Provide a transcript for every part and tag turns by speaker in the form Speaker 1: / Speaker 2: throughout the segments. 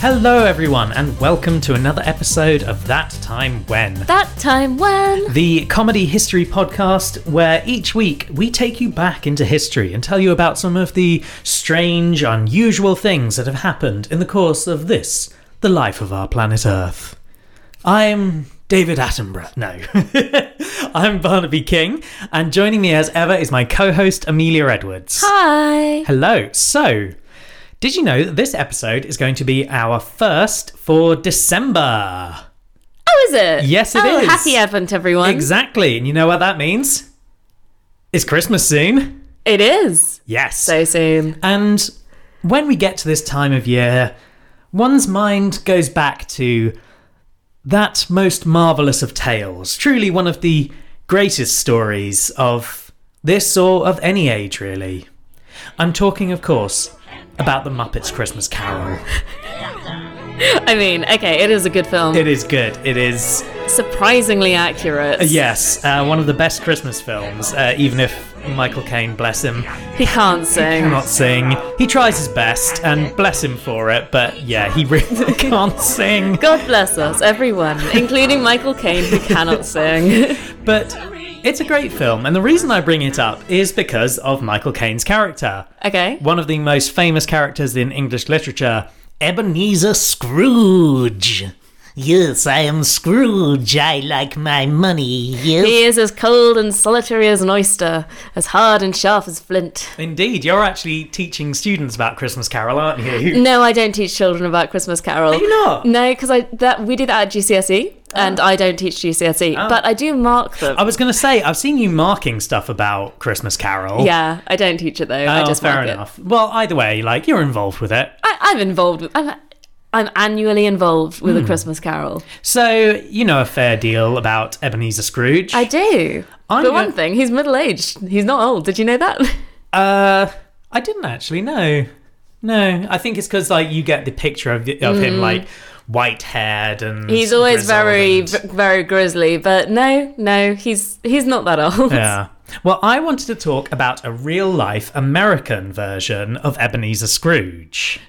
Speaker 1: Hello, everyone, and welcome to another episode of That Time When,
Speaker 2: That time when.
Speaker 1: the comedy history podcast where each week we take you back into history and tell you about some of the strange, unusual things that have happened in the course of this, the life of our planet Earth. I'm David Attenborough. No. I'm Barnaby King, and joining me as ever is my co host, Amelia Edwards.
Speaker 2: Hi.
Speaker 1: Hello. So, did you know that this episode is going to be our first for December?
Speaker 2: Oh, is it?
Speaker 1: Yes, it
Speaker 2: it is.
Speaker 1: is.
Speaker 2: Happy Advent, everyone.
Speaker 1: Exactly. And you know what that means? It's Christmas soon.
Speaker 2: it is.
Speaker 1: Yes.
Speaker 2: So soon.
Speaker 1: and when we get to this time of year, one's mind goes back to that most marvelous of tales, truly one of the greatest stories of this or of any age, really. I'm talking, of course, about The Muppets Christmas Carol.
Speaker 2: I mean, okay, it is a good film.
Speaker 1: It is good. It is,
Speaker 2: Surprisingly accurate.
Speaker 1: yes, uh, one of the best Christmas films, uh, even if Michael Caine, bless him,
Speaker 2: He can't sing.
Speaker 1: cannot sing. He tries his best, and bless him for it, but yeah, he really can't sing.
Speaker 2: God bless us, everyone, including Michael Caine, who cannot sing.
Speaker 1: But it's a great film, and the reason I bring it up is because of Michael Caine's character.
Speaker 2: okay.
Speaker 1: One of the most famous characters in English literature, Ebenezer Scrooge.
Speaker 3: Yes, I am Scrooge. I like my money. Yes.
Speaker 2: He is as cold and solitary as an oyster, as hard and sharp as flint.
Speaker 1: Indeed, you're actually teaching students about Christmas Carol, aren't you?
Speaker 2: No, I don't teach children about Christmas Carol.
Speaker 1: you not? Oh.
Speaker 2: No, because I that we do that at GCSE, E, and I don't teach GCSE, E, but I do mark them.
Speaker 1: I was going to say, I've seen you marking stuff about Christmas Carol.
Speaker 2: Yeah, I don't teach it though. I
Speaker 1: Oh,
Speaker 2: just
Speaker 1: fair
Speaker 2: mark it.
Speaker 1: enough. Well, either way, like you're involved with it.
Speaker 2: I, I'm involved. With, I'm, I'm annually involved
Speaker 1: Hmm.
Speaker 2: with a Christmas Carol.
Speaker 1: So, you know a fair deal about Ebenezer Scrooge.
Speaker 2: I do.
Speaker 1: I'm
Speaker 2: but
Speaker 1: gonna-
Speaker 2: one thing, he's middle aged. He's not old. Did you know that?
Speaker 1: uh, I didn't actually know. No, I think it's because like you get the picture of, of him like white haired and
Speaker 2: Mm. He's always
Speaker 1: grizzled
Speaker 2: very,
Speaker 1: and-
Speaker 2: v- very grizzly. But no, no, he's he's not that old.
Speaker 1: yeah. Well, I wanted to talk about a real life American version of Ebenezer Scrooge.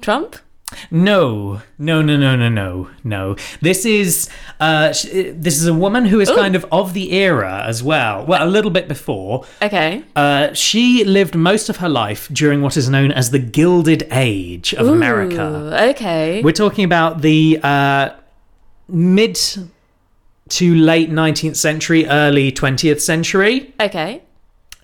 Speaker 2: Trump.
Speaker 1: No, no, no, no, no, no, no. This is uh, sh- this is a woman who is kind of of the era as well. Well, a little bit before.
Speaker 2: Okay.
Speaker 1: Uh, she lived most of her life during what is known as the Gilded Age of America.
Speaker 2: Ooh, okay.
Speaker 1: We're talking about the uh, mid to late 19th century, early 20th century
Speaker 2: Okay.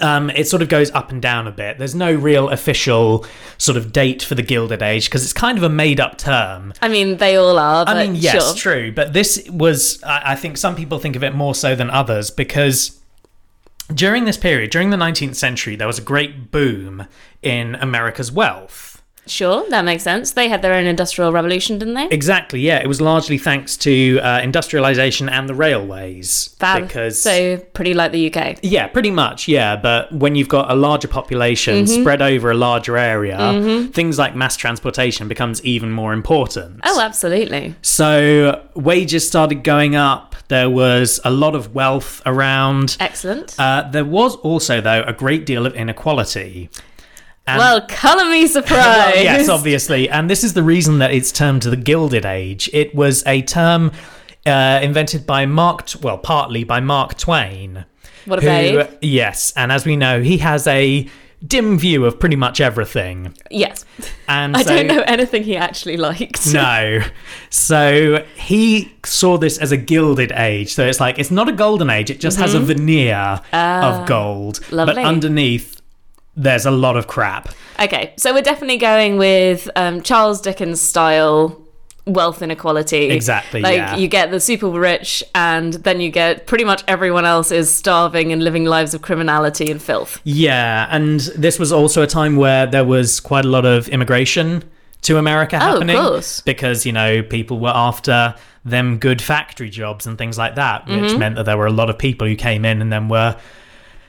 Speaker 1: um, it sort of goes up and down a bit. There's no real official sort of date for the Gilded Age because it's kind of a made up term.
Speaker 2: I mean, they all are. But
Speaker 1: I mean, yes,
Speaker 2: sure.
Speaker 1: true, but this was, I, I think some people think of it more so than others because during this period, during the 19th century, there was a great boom in America's wealth.
Speaker 2: Sure, that makes sense. They had their own industrial revolution, didn't they?
Speaker 1: Exactly, yeah. It was largely thanks to uh, industrialization and the railways.
Speaker 2: Fab.
Speaker 1: Because
Speaker 2: so pretty like the UK.
Speaker 1: Yeah, pretty much. Yeah, but when you've got a larger population
Speaker 2: Mm-hmm.
Speaker 1: spread over a larger area, things like mass transportation becomes even more important.
Speaker 2: Oh, absolutely.
Speaker 1: So wages started going up. There was a lot of wealth around.
Speaker 2: Excellent.
Speaker 1: Uh, there was also, though, a great deal of inequality. And-
Speaker 2: well, colour me surprised.
Speaker 1: Well, yes, obviously. And this is the reason that it's termed the Gilded Age. It was a term uh, invented by Mark, T- well, partly by Mark Twain.
Speaker 2: What a
Speaker 1: who,
Speaker 2: babe.
Speaker 1: yes, and as we know, he has a dim view of pretty much everything.
Speaker 2: Yes.
Speaker 1: And
Speaker 2: I
Speaker 1: so,
Speaker 2: don't know anything he actually liked.
Speaker 1: No. So he saw this as a gilded age. So it's like it's not a golden age, it just has a veneer of gold. But
Speaker 2: lovely.
Speaker 1: underneath there's a lot of crap.
Speaker 2: Okay, so we're definitely going with um, Charles Dickens style wealth inequality.
Speaker 1: Exactly,
Speaker 2: Like
Speaker 1: yeah.
Speaker 2: you get the super rich, and then you get pretty much everyone else is starving and living lives of criminality and filth.
Speaker 1: Yeah, and this was also a time where there was quite a lot of immigration to America
Speaker 2: Oh, of
Speaker 1: happening
Speaker 2: course.
Speaker 1: because you know people were after them good factory jobs and things like that, which
Speaker 2: Mm-hmm.
Speaker 1: meant that there were a lot of people who came in and then were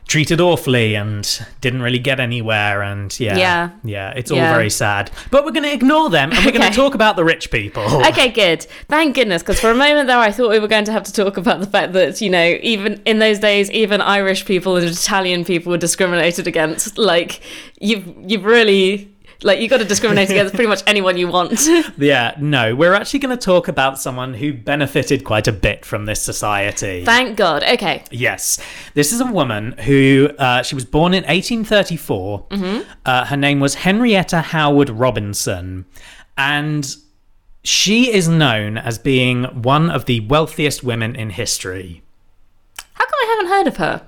Speaker 1: treated awfully and didn't really get anywhere and yeah
Speaker 2: Yeah.
Speaker 1: yeah, it's all
Speaker 2: Yeah.
Speaker 1: very sad but we're going to ignore them and we're going
Speaker 2: Okay.
Speaker 1: to talk about the rich people
Speaker 2: Okay, good. Thank goodness, because for a moment there, I thought we were going to have to talk about the fact that you know, even in those days, even Irish people and Italian people were discriminated against. Like you've you've really Like you got to discriminate against pretty much anyone you want.
Speaker 1: Yeah, no, we're actually going to talk about someone who benefited quite a bit from this society.
Speaker 2: Thank God. Okay.
Speaker 1: Yes, this is a woman who uh, she was born in 1834. Uh, her name was Henrietta Howard Robinson, and she is known as being one of the wealthiest women in history.
Speaker 2: How come I haven't heard of her?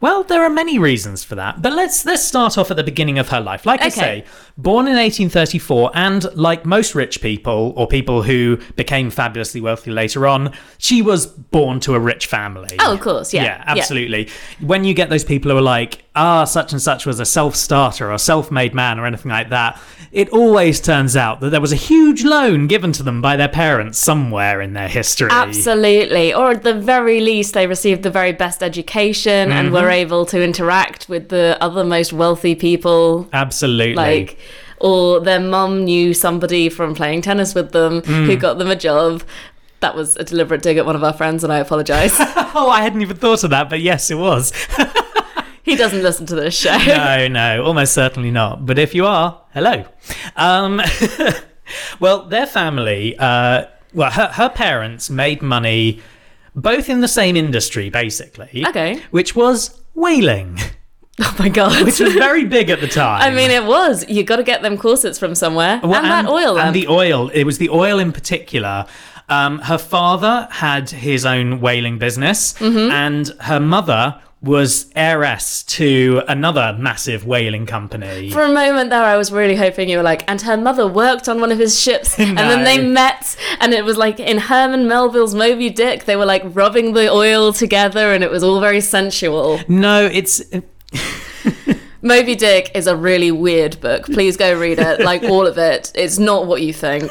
Speaker 1: Well, there are many reasons for that, but let's let's start off at the beginning of her life. Like I
Speaker 2: Okay.
Speaker 1: say, born in 1834, and like most rich people or people who became fabulously wealthy later on, she was born to a rich family.
Speaker 2: Oh, of course, yeah,
Speaker 1: yeah,
Speaker 2: yeah.
Speaker 1: absolutely. When you get those people who are like, ah, such and such was a self-starter or self-made man or anything like that, it always turns out that there was a huge loan given to them by their parents somewhere in their history.
Speaker 2: Absolutely. Or at the very least, they received the very best education and were able to interact with the other most wealthy people.
Speaker 1: Absolutely.
Speaker 2: Like, or their mum knew somebody from playing tennis with them who
Speaker 1: Mm.
Speaker 2: got them a job. That was a deliberate dig at one of our friends, and I apologize.
Speaker 1: oh, I hadn't even thought of that, but yes, it was.
Speaker 2: he doesn't listen to this show.
Speaker 1: no, no, almost certainly not. But if you are, hello. Um, well, their family, uh, well, her, her parents made money both in the same industry, basically.
Speaker 2: Okay.
Speaker 1: Which was whaling,
Speaker 2: Oh my God.
Speaker 1: which was very big at the time.
Speaker 2: I mean, it was. You got to get them corsets from somewhere.
Speaker 1: Well,
Speaker 2: and, that oil um, lamp.
Speaker 1: And the oil. It was the oil in particular. Um, her father had his own whaling business,
Speaker 2: Mm-hmm.
Speaker 1: and her mother was heiress to another massive whaling company.
Speaker 2: For a moment there, I was really hoping you were like, and her mother worked on one of his ships, and
Speaker 1: No.
Speaker 2: then they met, and it was like in Herman Melville's Moby Dick, they were like rubbing the oil together, and it was all very sensual.
Speaker 1: no, it's
Speaker 2: Moby Dick is a really weird book. Please go read it, like all of it. It's not what you think.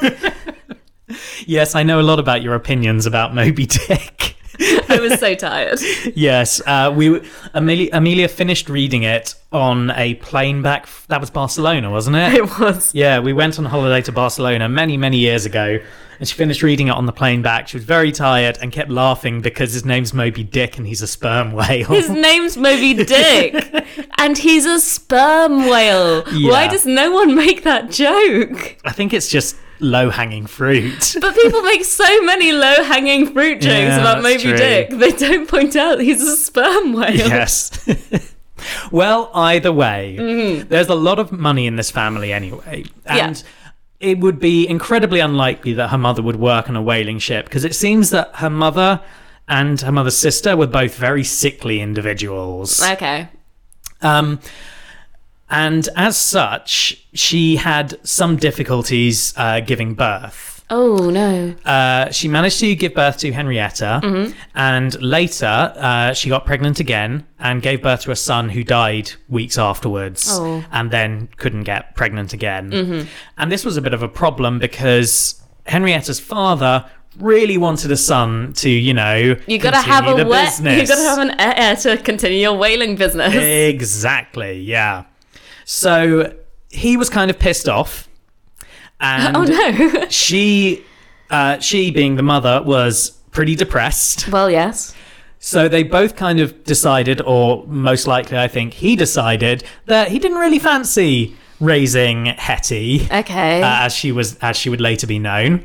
Speaker 1: Yes, I know a lot about your opinions about Moby Dick.
Speaker 2: I was so tired.
Speaker 1: yes, uh, we Amelia, Amelia finished reading it on a plane back. f- That was Barcelona, wasn't it?
Speaker 2: It was.
Speaker 1: Yeah, we went on holiday to Barcelona many, many years ago, and she finished reading it on the plane back. She was very tired and kept laughing because his name's Moby Dick and he's a sperm whale.
Speaker 2: His name's Moby Dick, and he's a sperm whale. Why
Speaker 1: Yeah.
Speaker 2: does no one make that joke?
Speaker 1: I think it's just low hanging fruit.
Speaker 2: But people make so many low hanging fruit jokes
Speaker 1: Yeah,
Speaker 2: about Moby
Speaker 1: that's true.
Speaker 2: Dick. They don't point out he's a sperm whale.
Speaker 1: Yes. well, either way, there's a lot of money in this family anyway.
Speaker 2: Yeah.
Speaker 1: And it would be incredibly unlikely that her mother would work on a whaling ship because it seems that her mother and her mother's sister were both very sickly individuals.
Speaker 2: Okay.
Speaker 1: Um, and as such, she had some difficulties uh, giving birth
Speaker 2: Oh no.
Speaker 1: uh, she managed to give birth to Henrietta,
Speaker 2: Mm-hmm.
Speaker 1: and later uh, she got pregnant again and gave birth to a son who died weeks afterwards,
Speaker 2: Oh. Mm-hmm.
Speaker 1: and then couldn't get pregnant again. And this was a bit of a problem because Henrietta's father really wanted a son to, you know,
Speaker 2: You gotta have
Speaker 1: continue
Speaker 2: a
Speaker 1: the
Speaker 2: wet.
Speaker 1: business.
Speaker 2: You gotta have an heir to continue your whaling business.
Speaker 1: exactly, yeah. So he was kind of pissed off, and
Speaker 2: oh no.
Speaker 1: she uh, she being the mother was pretty depressed
Speaker 2: well, yes.
Speaker 1: so they both kind of decided or most likely i think he decided that he didn't really fancy raising hetty
Speaker 2: Okay.
Speaker 1: uh, as she was as she would later be known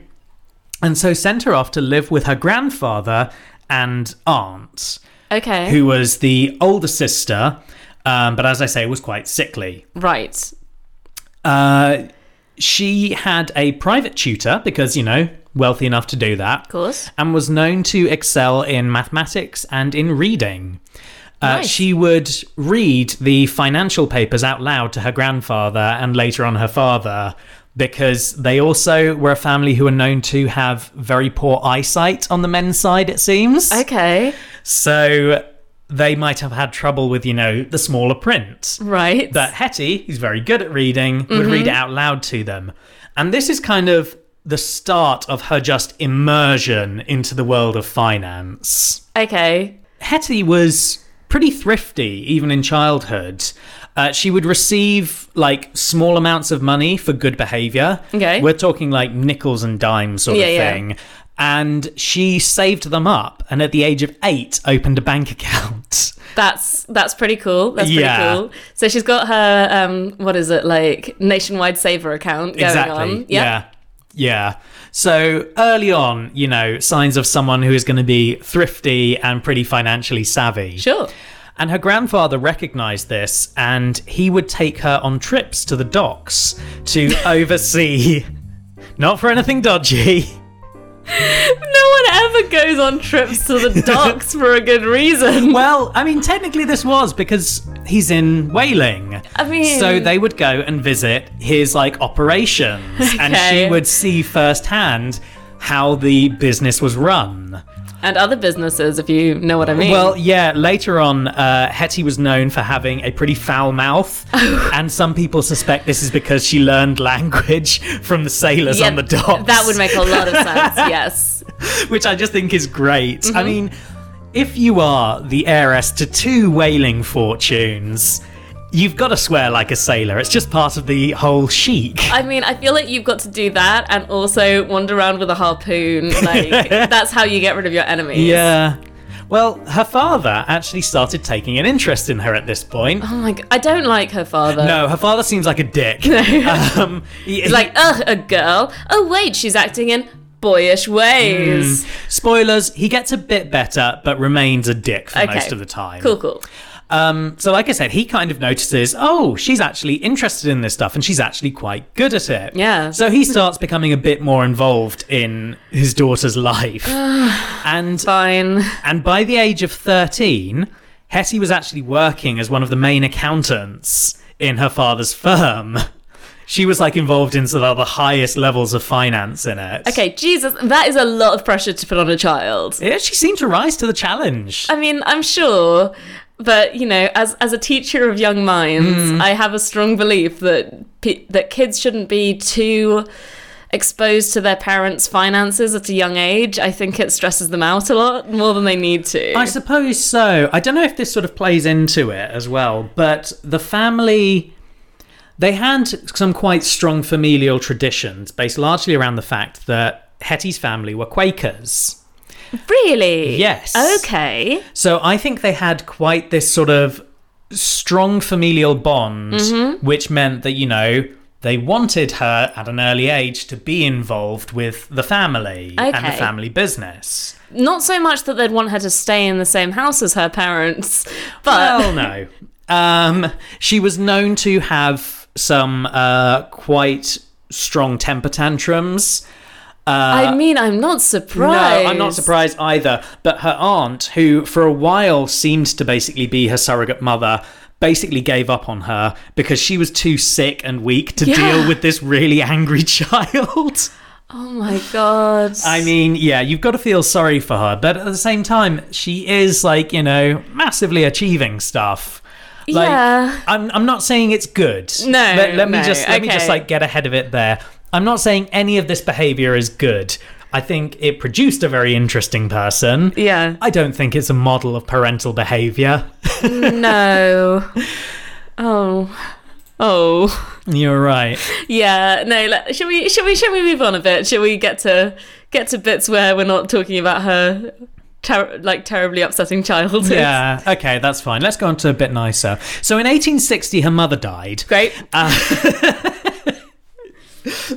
Speaker 1: and so sent her off to live with her grandfather and aunt
Speaker 2: okay.
Speaker 1: who was the older sister um, but as i say was quite sickly
Speaker 2: right.
Speaker 1: uh, she had a private tutor because you know wealthy enough to do that
Speaker 2: Of course.
Speaker 1: and was known to excel in mathematics and in reading. Uh,
Speaker 2: Nice.
Speaker 1: She would read the financial papers out loud to her grandfather and later on her father because they also were a family who were known to have very poor eyesight on the men's side, it seems.
Speaker 2: Okay.
Speaker 1: So they might have had trouble with, you know, the smaller print.
Speaker 2: Right.
Speaker 1: But Hetty, who's very good at reading, would
Speaker 2: Mm-hmm.
Speaker 1: read it out loud to them. And this is kind of the start of her just immersion into the world of finance.
Speaker 2: okay.
Speaker 1: Hetty was pretty thrifty even in childhood. Uh, she would receive like small amounts of money for good behavior.
Speaker 2: Okay.
Speaker 1: We're talking like nickels and dimes sort
Speaker 2: Yeah,
Speaker 1: of
Speaker 2: yeah.
Speaker 1: thing. And she saved them up and at the age of eight opened a bank account.
Speaker 2: That's that's pretty cool. That's pretty
Speaker 1: Yeah.
Speaker 2: cool. So she's got her um what is it like nationwide saver account going on.
Speaker 1: exactly.
Speaker 2: Yep.
Speaker 1: Yeah. Yeah. So early on, you know, signs of someone who is going to be thrifty and pretty financially savvy.
Speaker 2: Sure.
Speaker 1: And her grandfather recognized this and he would take her on trips to the docks to oversee, not for anything dodgy.
Speaker 2: No one ever goes on trips to the docks for a good reason.
Speaker 1: Well, I mean, technically this was because he's in whaling.
Speaker 2: I mean-
Speaker 1: so they would go and visit his like operations, and she
Speaker 2: Okay.
Speaker 1: would see firsthand how the business was run.
Speaker 2: And other businesses, if you know what I mean.
Speaker 1: Well, yeah. Later on, uh, Hetty was known for having a pretty foul mouth,
Speaker 2: Oh.
Speaker 1: and some people suspect this is because she learned language from the sailors
Speaker 2: Yeah,
Speaker 1: on the docks.
Speaker 2: That would make a lot of sense, yes.
Speaker 1: which I just think is great.
Speaker 2: Mm-hmm.
Speaker 1: I mean, if you are the heiress to two whaling fortunes, you've got to swear like a sailor. It's just part of the whole chic.
Speaker 2: I mean, I feel like you've got to do that and also wander around with a harpoon. Like, that's how you get rid of your enemies.
Speaker 1: yeah. Well, her father actually started taking an interest in her at this point.
Speaker 2: Oh my god, I don't like her father.
Speaker 1: No, her father seems like a dick. um, he-
Speaker 2: He's like, ugh, a girl. Oh wait, she's acting in boyish
Speaker 1: Mm,
Speaker 2: ways.
Speaker 1: spoilers, he gets a bit better, but remains a dick for
Speaker 2: Okay.
Speaker 1: most of the time.
Speaker 2: Cool, cool.
Speaker 1: Um, so, like I said, he kind of notices, oh, she's actually interested in this stuff and she's actually quite good at it.
Speaker 2: Yeah.
Speaker 1: So he starts becoming a bit more involved in his daughter's life. and
Speaker 2: Fine.
Speaker 1: and by the age of 13, Hetty was actually working as one of the main accountants in her father's firm. She was like involved in sort of the highest levels of finance in it.
Speaker 2: Okay, Jesus, that is a lot of pressure to put on a child.
Speaker 1: It actually seemed to rise to the challenge.
Speaker 2: I mean, I'm sure, but you know, as as a teacher of young minds,
Speaker 1: Mm.
Speaker 2: I have a strong belief that pe- that kids shouldn't be too exposed to their parents' finances at a young age. I think it stresses them out a lot more than they need to.
Speaker 1: I suppose so. I don't know if this sort of plays into it as well, but the family they had some quite strong familial traditions based largely around the fact that Hetty's family were Quakers.
Speaker 2: really?
Speaker 1: Yes.
Speaker 2: Okay.
Speaker 1: So I think they had quite this sort of strong familial bond which meant that you know they wanted her at an early age to be involved with the family and the
Speaker 2: Okay.
Speaker 1: family business.
Speaker 2: Not so much that they'd want her to stay in the same house as her parents, but
Speaker 1: Well, no. Um, she was known to have some uh, quite strong temper tantrums.
Speaker 2: I mean, I'm not surprised.
Speaker 1: No, I'm not surprised either. But her aunt, who for a while seemed to basically be her surrogate mother, basically gave up on her because she was too sick and weak to
Speaker 2: Yeah.
Speaker 1: deal with this really angry child.
Speaker 2: Oh my god.
Speaker 1: I mean, yeah, you've got to feel sorry for her, but at the same time, she is like, you know, massively achieving stuff. Like,
Speaker 2: Yeah.
Speaker 1: I'm I'm not saying it's good.
Speaker 2: No,
Speaker 1: Let, let me
Speaker 2: no,
Speaker 1: just let me just
Speaker 2: okay.
Speaker 1: like get ahead of it there. I'm not saying any of this behavior is good. I think it produced a very interesting person.
Speaker 2: Yeah.
Speaker 1: I don't think it's a model of parental behavior.
Speaker 2: No. Oh. Oh.
Speaker 1: You're right.
Speaker 2: Yeah. No. Like, should we? Should we? Should we move on a bit? Should we get to get to bits where we're not talking about her, ter- like terribly upsetting childhood?
Speaker 1: Yeah. Okay, that's fine. Let's go on to a bit nicer. So in 1860 her mother died.
Speaker 2: Great.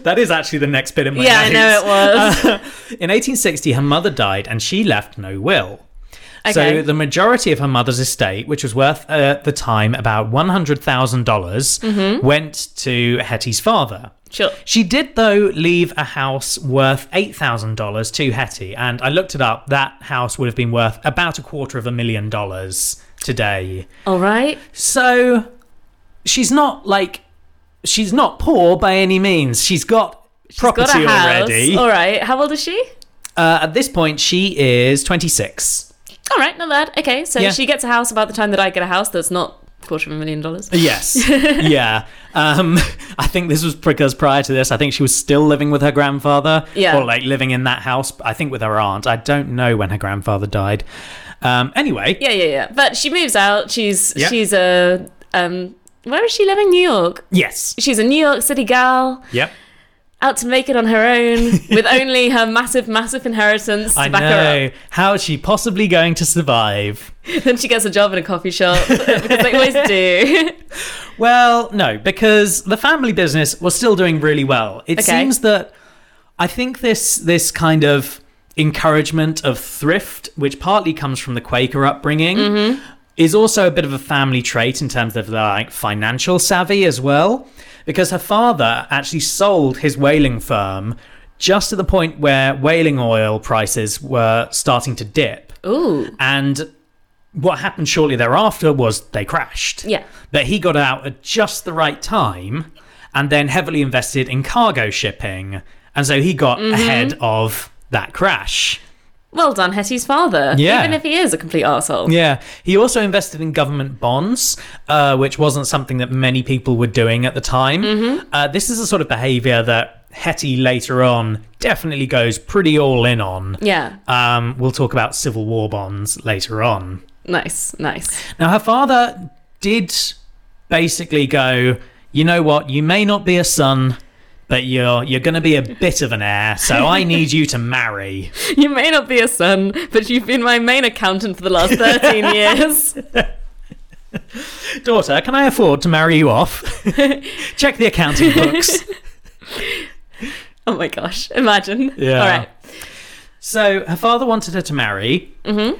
Speaker 1: That is actually the next bit in my
Speaker 2: yeah, I know
Speaker 1: notes.
Speaker 2: it was.
Speaker 1: Uh, In 1860, her mother died and she left no will. So
Speaker 2: Okay.
Speaker 1: the majority of her mother's estate, which was worth uh, at the time about $100,000, dollars
Speaker 2: Mm-hmm.
Speaker 1: went to Hetty's father.
Speaker 2: sure.
Speaker 1: She did, though, leave a house worth $8,000 to Hetty, and I looked it up. That house would have been worth about a quarter of a million dollars today.
Speaker 2: All right.
Speaker 1: So she's not like, she's not poor by any means. She's got property
Speaker 2: Got a house. Oh,
Speaker 1: already.
Speaker 2: All right. How old is she?
Speaker 1: Uh, at this point, she is 26.
Speaker 2: All right. Not bad. Okay. So
Speaker 1: Yeah.
Speaker 2: she gets a house about the time that I get a house. That's not quarter of a million dollars.
Speaker 1: Yes. yeah. Um, I think this was because prior to this, I think she was still living with her grandfather.
Speaker 2: Yeah.
Speaker 1: Or like living in that house, I think with her aunt. I don't know when her grandfather died. Um, anyway.
Speaker 2: Yeah. Yeah. Yeah. But she moves out. She's
Speaker 1: Yeah.
Speaker 2: she's a um. Where is she living? New York.
Speaker 1: Yes.
Speaker 2: She's a New York City gal.
Speaker 1: Yep.
Speaker 2: out to make it on her own with only her massive, massive inheritance to
Speaker 1: I
Speaker 2: back her
Speaker 1: know. How is she possibly going to survive?
Speaker 2: up. Then she gets a job in a coffee shop because they always do.
Speaker 1: Well, no, because the family business was still doing really well. It
Speaker 2: Okay.
Speaker 1: seems that I think this this kind of encouragement of thrift, which partly comes from the Quaker upbringing, is also a bit of a family trait in terms of their like financial savvy as well. Because her father actually sold his whaling firm just at the point where whaling oil prices were starting to dip.
Speaker 2: Ooh,
Speaker 1: And what happened shortly thereafter was they crashed.
Speaker 2: Yeah.
Speaker 1: But he got out at just the right time and then heavily invested in cargo shipping. And so he got ahead of that crash.
Speaker 2: well done, Hetty's father.
Speaker 1: Yeah.
Speaker 2: Even if he is a complete arsehole.
Speaker 1: Yeah. He also invested in government bonds, uh, which wasn't something that many people were doing at the time. Uh, this is a sort of behavior that Hetty later on definitely goes pretty all in on.
Speaker 2: Yeah.
Speaker 1: Um, we'll talk about Civil War bonds later on.
Speaker 2: Nice, nice.
Speaker 1: Now, her father did basically go, you know what, you may not be a son, but you're you're going to be a bit of an heir, so I need you to marry.
Speaker 2: You may not be a son, but you've been my main accountant for the last 13 years.
Speaker 1: Daughter, can I afford to marry you off? Check the accounting books.
Speaker 2: Oh my gosh, imagine.
Speaker 1: Yeah.
Speaker 2: All right.
Speaker 1: So, her father wanted her to marry. Mm-hmm.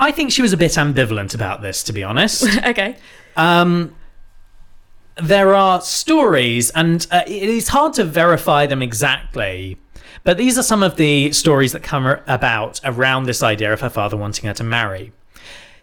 Speaker 1: I think she was a bit ambivalent about this, to be honest.
Speaker 2: Okay.
Speaker 1: Um, there are stories, and uh, it is hard to verify them exactly. But these are some of the stories that come ar- about around this idea of her father wanting her to marry.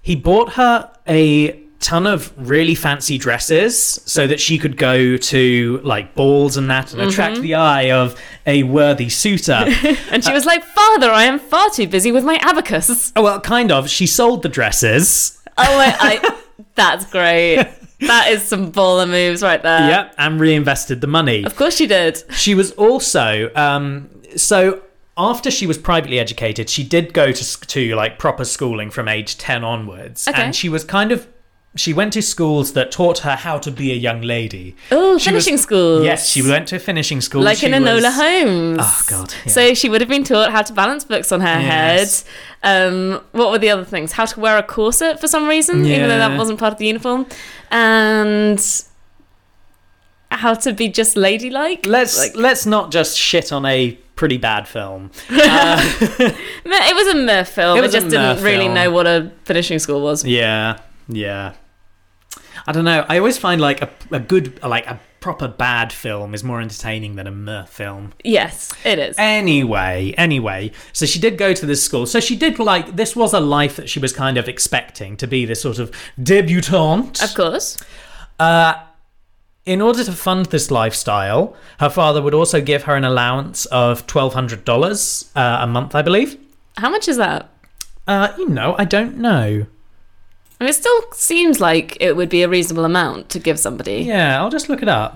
Speaker 1: He bought her a ton of really fancy dresses so that she could go to like balls and that and attract the eye of a worthy suitor.
Speaker 2: And she was like, Father, I am far too busy with my abacus.
Speaker 1: oh, well, kind of. She sold the dresses.
Speaker 2: Oh, wait, I, that's great. That is some baller moves right there.
Speaker 1: yep, uh, and reinvested the money.
Speaker 2: Of course she did.
Speaker 1: She was also um, so after she was privately educated, she did go to sc- to like proper schooling from age ten onwards,
Speaker 2: Okay.
Speaker 1: and she was kind of she went to schools that taught her how to be a young lady.
Speaker 2: Oh,
Speaker 1: She was-
Speaker 2: finishing school.
Speaker 1: Yes, she went to finishing school,
Speaker 2: Like
Speaker 1: she
Speaker 2: in Enola
Speaker 1: was-
Speaker 2: Holmes.
Speaker 1: Oh, God, yeah.
Speaker 2: So she would have been taught how to balance books on her
Speaker 1: Yes.
Speaker 2: head. Um, what were the other things? How to wear a corset for some reason, even though
Speaker 1: Yeah.
Speaker 2: that wasn't part of the uniform. And how to be just ladylike.
Speaker 1: Let's
Speaker 2: Like,
Speaker 1: let's not just shit on a pretty bad film.
Speaker 2: it was a myth film.
Speaker 1: It
Speaker 2: I
Speaker 1: was a
Speaker 2: just didn't
Speaker 1: myth
Speaker 2: really
Speaker 1: film.
Speaker 2: know what a finishing school was.
Speaker 1: Yeah, yeah. I don't know. I always find like a, a good like a proper bad film is more entertaining than a mer film.
Speaker 2: Yes, it is.
Speaker 1: Anyway, anyway, so she did go to this school. So she did like this was a life that she was kind of expecting to be this sort of debutante.
Speaker 2: Of course.
Speaker 1: In order to fund this lifestyle, her father would also give her an allowance of twelve hundred dollars uh, a month, I believe.
Speaker 2: How much is that?
Speaker 1: Uh, you know, I don't know.
Speaker 2: I mean, it still seems like it would be a reasonable amount to give somebody.
Speaker 1: Yeah, I'll just look it up.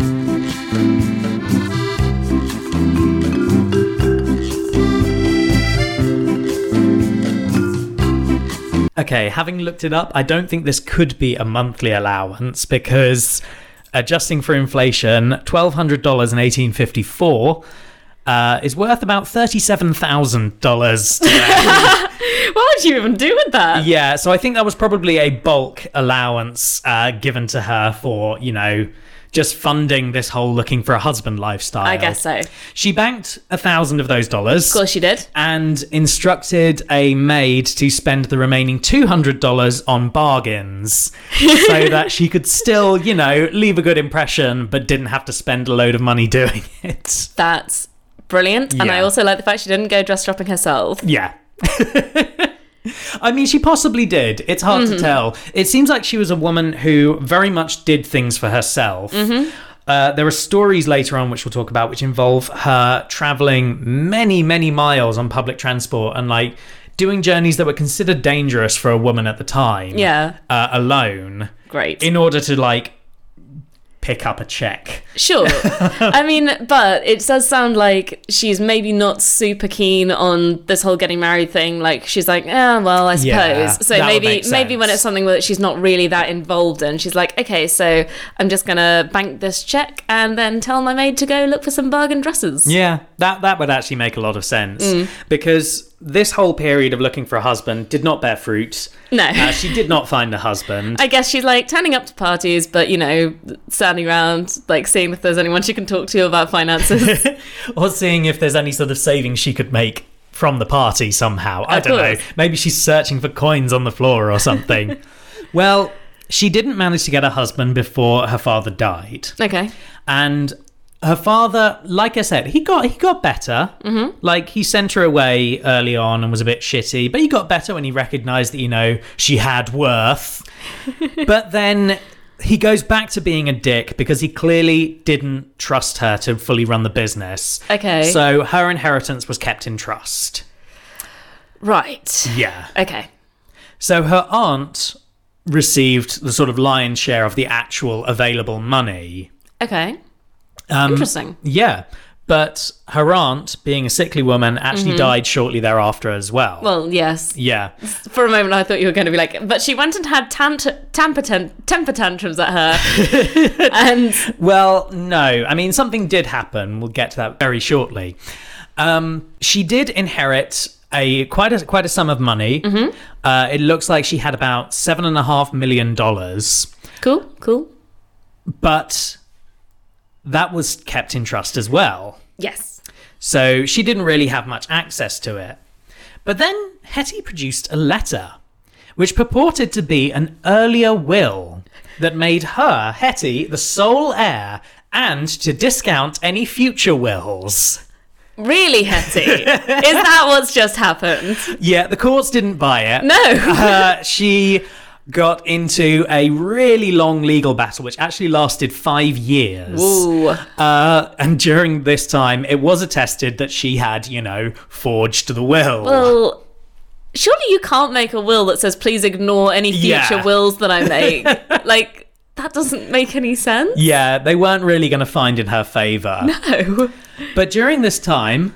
Speaker 1: Okay, having looked it up, I don't think this could be a monthly allowance because adjusting for inflation, $1,200 in 1854 uh, is worth about $37,000 today.
Speaker 2: What would you even do with that?
Speaker 1: Yeah, so I think that was probably a bulk allowance uh, given to her for, you know, just funding this whole looking for a husband lifestyle.
Speaker 2: I guess so. Of
Speaker 1: She banked a thousand of those dollars
Speaker 2: course you did.
Speaker 1: and instructed a maid to spend the remaining $200 on bargains so that she could still, you know, leave a good impression but didn't have to spend a load of money doing it.
Speaker 2: That's brilliant. And I
Speaker 1: Yeah.
Speaker 2: also like the fact she didn't go dress shopping herself.
Speaker 1: Yeah. I mean, she possibly did. It's hard to tell. It seems like she was a woman who very much did things for herself. Uh, there are stories later on which we'll talk about which involve her traveling many, many miles on public transport and like doing journeys that were considered dangerous for a woman at the time.
Speaker 2: Yeah.
Speaker 1: Uh, alone
Speaker 2: Great.
Speaker 1: in order to like pick up a check.
Speaker 2: Sure. I mean, but it does sound like she's maybe not super keen on this whole getting married thing. Like she's like, ah, well, I suppose.
Speaker 1: Yeah,
Speaker 2: so
Speaker 1: that would
Speaker 2: maybe
Speaker 1: make
Speaker 2: maybe when
Speaker 1: sense.
Speaker 2: it's something that she's not really that involved in, she's like, okay, so I'm just gonna bank this check and then tell my maid to go look for some bargain dresses.
Speaker 1: Yeah, that that would actually make a lot of sense
Speaker 2: Mm.
Speaker 1: because this whole period of looking for a husband did not bear fruit.
Speaker 2: No.
Speaker 1: Uh, she did not find a husband.
Speaker 2: I guess she's like turning up to parties, but you know, standing around, like seeing if there's anyone she can talk to about finances.
Speaker 1: or seeing if there's any sort of savings she could make from the party somehow. I
Speaker 2: Of
Speaker 1: don't know.
Speaker 2: course.
Speaker 1: Maybe she's searching for coins on the floor or something. well, she didn't manage to get a husband before her father died.
Speaker 2: okay.
Speaker 1: And her father, like I said, he got he got better. Mm-hmm. Like he sent her away early on and was a bit shitty, but he got better when he recognized that you know she had worth. but then he goes back to being a dick because he clearly didn't trust her to fully run the business.
Speaker 2: Okay.
Speaker 1: So her inheritance was kept in trust.
Speaker 2: Right.
Speaker 1: Yeah.
Speaker 2: Okay.
Speaker 1: So her aunt received the sort of lion's share of the actual available money.
Speaker 2: Okay.
Speaker 1: Um,
Speaker 2: Interesting.
Speaker 1: Yeah. But her aunt, being a sickly woman, actually died shortly thereafter as well.
Speaker 2: Well, yes.
Speaker 1: yeah.
Speaker 2: For a moment, I thought you were going to be like, but she went and had tant- tamper tan- temper tantrums at her. and
Speaker 1: Well, no. I mean, something did happen. We'll get to that very shortly. Um, she did inherit a quite a quite a sum of money. Uh, it looks like she had about seven and a half million dollars,
Speaker 2: cool, cool.
Speaker 1: but that was kept in trust as well.
Speaker 2: Yes.
Speaker 1: So she didn't really have much access to it. But then Hetty produced a letter, which purported to be an earlier will that made her, Hetty, the sole heir and to discount any future wills.
Speaker 2: Really, Hetty? Is that what's just happened?
Speaker 1: Yeah, the courts didn't buy it.
Speaker 2: No.
Speaker 1: uh, she got into a really long legal battle, which actually lasted five years.
Speaker 2: Ooh.
Speaker 1: Uh, and during this time, it was attested that she had, you know, forged the will.
Speaker 2: Well, surely you can't make a will that says, please ignore any
Speaker 1: Yeah.
Speaker 2: future wills that I make. like, that doesn't make any sense.
Speaker 1: Yeah, they weren't really going to find in her favor.
Speaker 2: No.
Speaker 1: But during this time,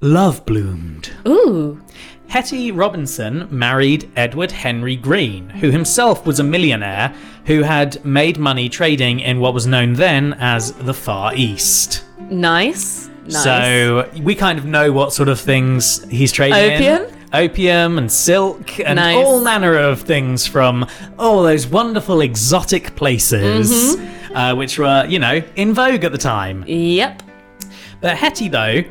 Speaker 1: love bloomed.
Speaker 2: Ooh.
Speaker 1: Hetty Robinson married Edward Henry Green, who himself was a millionaire who had made money trading in what was known then as the Far East.
Speaker 2: Nice. Nice.
Speaker 1: So we kind of know what sort of things he's trading
Speaker 2: Opium?
Speaker 1: in. Opium and silk and
Speaker 2: Nice.
Speaker 1: all manner of things from all those wonderful exotic places,
Speaker 2: Mm-hmm.
Speaker 1: uh, which were, you know, in vogue at the time.
Speaker 2: yep.
Speaker 1: But Hetty, though,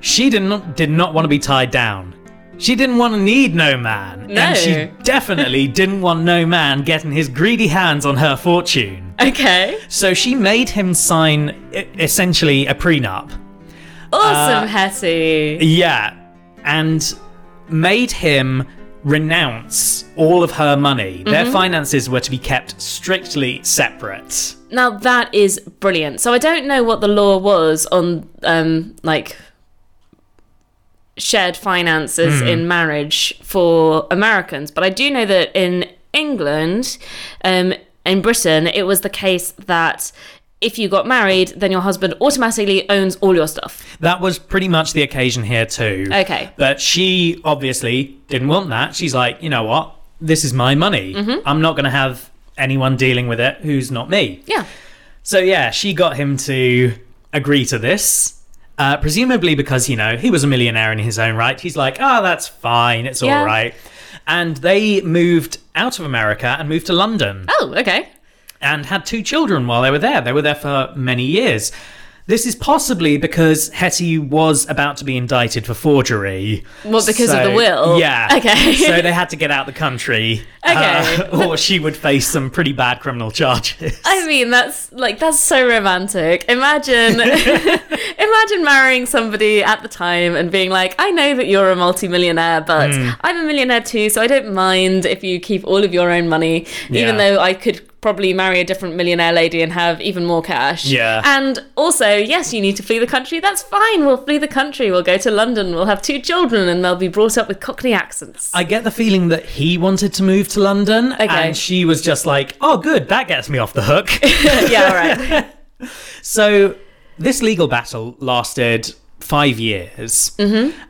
Speaker 1: she did not did not want to be tied down. She didn't want to need no man,
Speaker 2: No.
Speaker 1: and she definitely didn't want no man getting his greedy hands on her fortune.
Speaker 2: Okay.
Speaker 1: So she made him sign e- essentially a prenup.
Speaker 2: Awesome, Hetty.
Speaker 1: Yeah, and made him renounce all of her money. Their finances were to be kept strictly separate.
Speaker 2: Now that is brilliant. So I don't know what the law was on um like shared finances in marriage for Americans, but I do know that in England, um in Britain, it was the case that if you got married, then your husband automatically owns all your stuff.
Speaker 1: That was pretty much the occasion here too.
Speaker 2: Okay.
Speaker 1: But she obviously didn't want that. She's like, you know what? This is my money. I'm not going to have anyone dealing with it who's not me.
Speaker 2: Yeah.
Speaker 1: So yeah, she got him to agree to this. Uh, presumably because you know he was a millionaire in his own right. He's like, ah, that's fine. It's
Speaker 2: Yeah.
Speaker 1: all right. And they moved out of America and moved to London
Speaker 2: Oh, okay.
Speaker 1: and had two children while they were there. They were there for many years. This is possibly because Hetty was about to be indicted for forgery.
Speaker 2: Well, because of the will?
Speaker 1: Yeah.
Speaker 2: Okay.
Speaker 1: so they had to get out the country.
Speaker 2: Okay.
Speaker 1: uh, or she would face some pretty bad criminal charges.
Speaker 2: I mean, that's like that's so romantic. Imagine, imagine marrying somebody at the time and being like, "I know that you're a multimillionaire, but
Speaker 1: Hmm.
Speaker 2: I'm a millionaire too, so I don't mind if you keep all of your own money,
Speaker 1: Yeah.
Speaker 2: even though I could probably marry a different millionaire lady and have even more cash.
Speaker 1: Yeah.
Speaker 2: And also, yes, you need to flee the country. That's fine. We'll flee the country. We'll go to London. We'll have two children and they'll be brought up with Cockney accents.
Speaker 1: I get the feeling that he wanted to move to London, and she was just like, "Oh, good, that gets me off the hook."
Speaker 2: yeah, all right.
Speaker 1: so this legal battle lasted five years,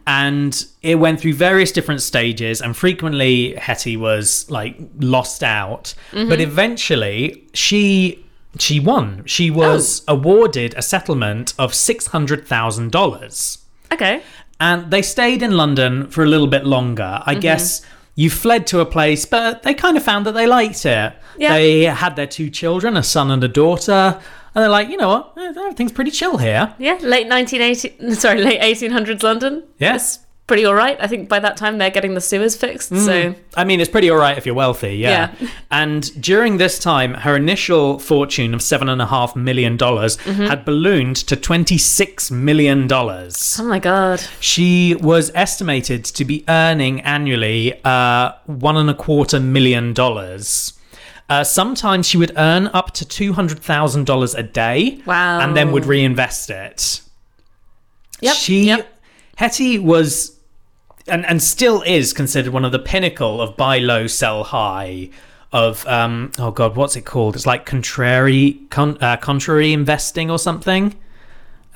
Speaker 1: and it went through various different stages. And frequently, Hetty was like lost out, but eventually, she she won. She was awarded a settlement of six hundred thousand dollars.
Speaker 2: Okay.
Speaker 1: And they stayed in London for a little bit longer. I guess you fled to a place, but they kind of found that they liked it.
Speaker 2: Yeah.
Speaker 1: They had their two children, a son and a daughter. And they're like, you know what? Eh, Everything's pretty chill here.
Speaker 2: Yeah, late 1980, sorry, late 1800s London.
Speaker 1: Yes.
Speaker 2: Pretty all right. I think by that time they're getting the sewers fixed.
Speaker 1: Mm.
Speaker 2: So,
Speaker 1: I mean, it's pretty all right if you're wealthy, yeah.
Speaker 2: Yeah.
Speaker 1: and during this time, her initial fortune of $7.5 million dollars had ballooned to $26 million. dollars.
Speaker 2: oh my God.
Speaker 1: She was estimated to be earning annually uh, one and a quarter million dollars. Uh, sometimes she would earn up to two hundred thousand dollars a day,
Speaker 2: Wow.
Speaker 1: and then would reinvest it.
Speaker 2: Yep.
Speaker 1: She
Speaker 2: yep.
Speaker 1: Hetty was and and still is considered one of the pinnacle of buy low sell high of um oh god what's it called it's like contrary con, uh, contrary investing or something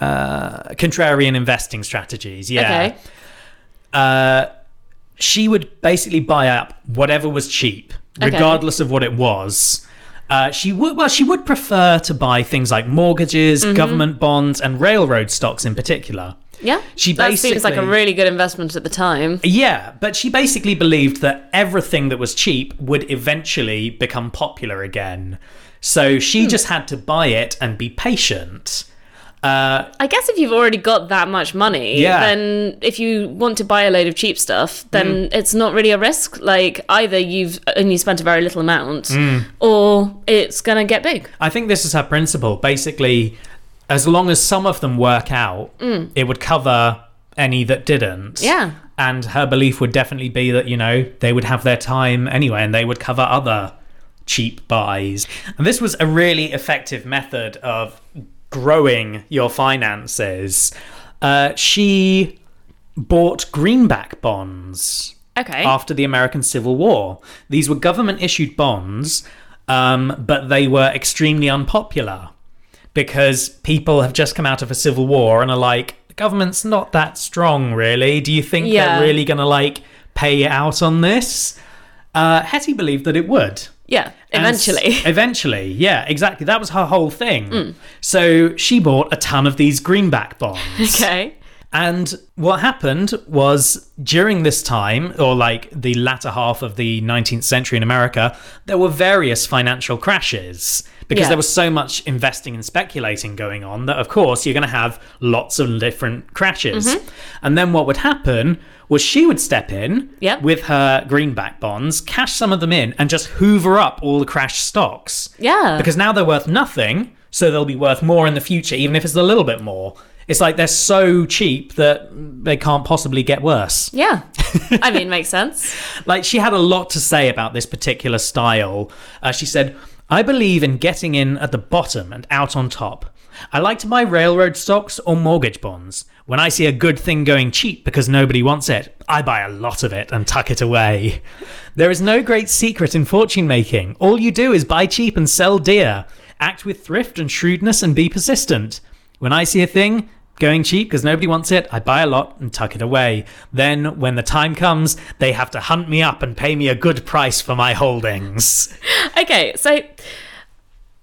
Speaker 1: uh contrarian investing strategies yeah
Speaker 2: Okay.
Speaker 1: Uh, she would basically buy up whatever was cheap,
Speaker 2: Okay.
Speaker 1: regardless of what it was. Uh, she would well, she would prefer to buy things like mortgages, government bonds, and railroad stocks in particular.
Speaker 2: Yeah.
Speaker 1: She
Speaker 2: that seems like a
Speaker 1: basically-
Speaker 2: really good investment at the time.
Speaker 1: Yeah, but she basically believed that everything that was cheap would eventually become popular again. So she just had to buy it and be patient.
Speaker 2: I guess if you've already got that much money,
Speaker 1: Yeah.
Speaker 2: then if you want to buy a load of cheap stuff,
Speaker 1: Mm.
Speaker 2: then it's not really a risk. Like either you've only spent a very little amount
Speaker 1: Mm.
Speaker 2: or it's going to get big.
Speaker 1: I think this is her principle. Basically, as long as some of them work out, it would cover any that didn't.
Speaker 2: Yeah.
Speaker 1: And her belief would definitely be that, you know, they would have their time anyway and they would cover other cheap buys. And this was a really effective method of growing your finances. Uh, she bought greenback bonds
Speaker 2: Okay.
Speaker 1: after the American Civil War. These were government issued bonds, um, but they were extremely unpopular because people have just come out of a civil war and are like, the government's not that strong, really. Do you think
Speaker 2: Yeah.
Speaker 1: they're really going to like pay out on this? Uh, Hetty believed that it would.
Speaker 2: yeah.
Speaker 1: And s-
Speaker 2: Eventually. Mm.
Speaker 1: eventually, yeah, exactly. That was her whole thing. So she bought a ton of these greenback bonds.
Speaker 2: okay.
Speaker 1: And what happened was during this time, or like the latter half of the 19th century in America, there were various financial crashes because
Speaker 2: Yeah.
Speaker 1: there was so much investing and speculating going on that, of course, you're going to have lots of different crashes.
Speaker 2: Mm-hmm.
Speaker 1: And then what would happen was she would step in
Speaker 2: Yep.
Speaker 1: with her greenback bonds, cash some of them in, and just hoover up all the crashed stocks.
Speaker 2: Yeah.
Speaker 1: Because now they're worth nothing, so they'll be worth more in the future, even if it's a little bit more. It's like they're so cheap that they can't possibly get worse.
Speaker 2: Yeah. I mean, makes sense.
Speaker 1: Like, she had a lot to say about this particular style. Uh, she said, I believe in getting in at the bottom and out on top. I like to buy railroad stocks or mortgage bonds. When I see a good thing going cheap because nobody wants it, I buy a lot of it and tuck it away. There is no great secret in fortune making. All you do is buy cheap and sell dear. Act with thrift and shrewdness and be persistent. When I see a thing going cheap because nobody wants it, I buy a lot and tuck it away. Then, when the time comes, they have to hunt me up and pay me a good price for my holdings.
Speaker 2: Okay. So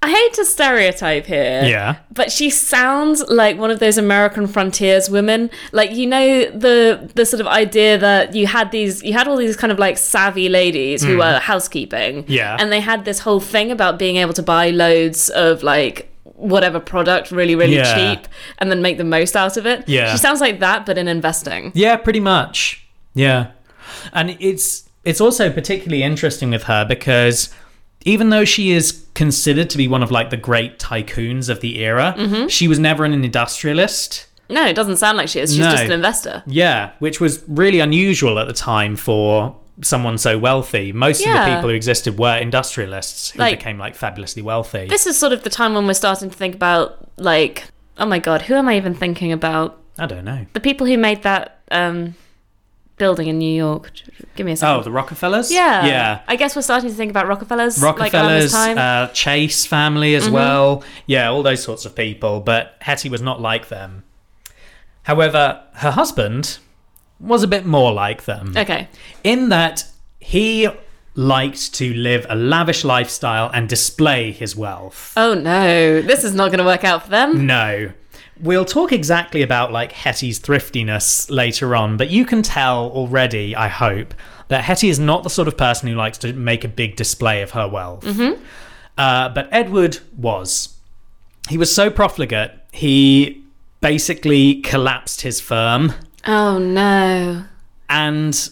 Speaker 2: I hate to stereotype here.
Speaker 1: Yeah.
Speaker 2: But she sounds like one of those American frontiers women. Like you know the the sort of idea that you had these you had all these kind of like savvy ladies who were housekeeping.
Speaker 1: Hmm. Yeah.
Speaker 2: And they had this whole thing about being able to buy loads of like whatever product really really
Speaker 1: Yeah.
Speaker 2: cheap and then make the most out of it.
Speaker 1: Yeah.
Speaker 2: She sounds like that but in investing.
Speaker 1: Yeah, pretty much. Yeah. And it's it's also particularly interesting with her because even though she is considered to be one of like the great tycoons of the era,
Speaker 2: Mm-hmm.
Speaker 1: she was never an industrialist.
Speaker 2: No, it doesn't sound like she is. She's
Speaker 1: No.
Speaker 2: just an investor.
Speaker 1: Yeah, which was really unusual at the time for someone so wealthy. Most of the
Speaker 2: Yeah.
Speaker 1: people who existed were industrialists who
Speaker 2: Like-
Speaker 1: became like fabulously wealthy.
Speaker 2: This is sort of the time when we're starting to think about like, oh my god, who am I even thinking about?
Speaker 1: I don't know.
Speaker 2: The people who made that um, building in New York. Give me a
Speaker 1: Oh,
Speaker 2: second.
Speaker 1: the Rockefellers.
Speaker 2: yeah,
Speaker 1: yeah.
Speaker 2: I guess we're starting to think about Rockefellers, like around this
Speaker 1: Rockefellers,
Speaker 2: time. Mm-hmm.
Speaker 1: uh, Chase family as well. Yeah, all those sorts of people. But Hetty was not like them. However, her husband was a bit more like them.
Speaker 2: okay,
Speaker 1: in that he liked to live a lavish lifestyle and display his wealth.
Speaker 2: Oh no, this is not going to work out for them.
Speaker 1: No. We'll talk exactly about like Hetty's thriftiness later on, but you can tell already, I hope, that Hetty is not the sort of person who likes to make a big display of her wealth. Uh, but Edward was. He was so profligate, he basically collapsed his firm.
Speaker 2: Oh no.
Speaker 1: And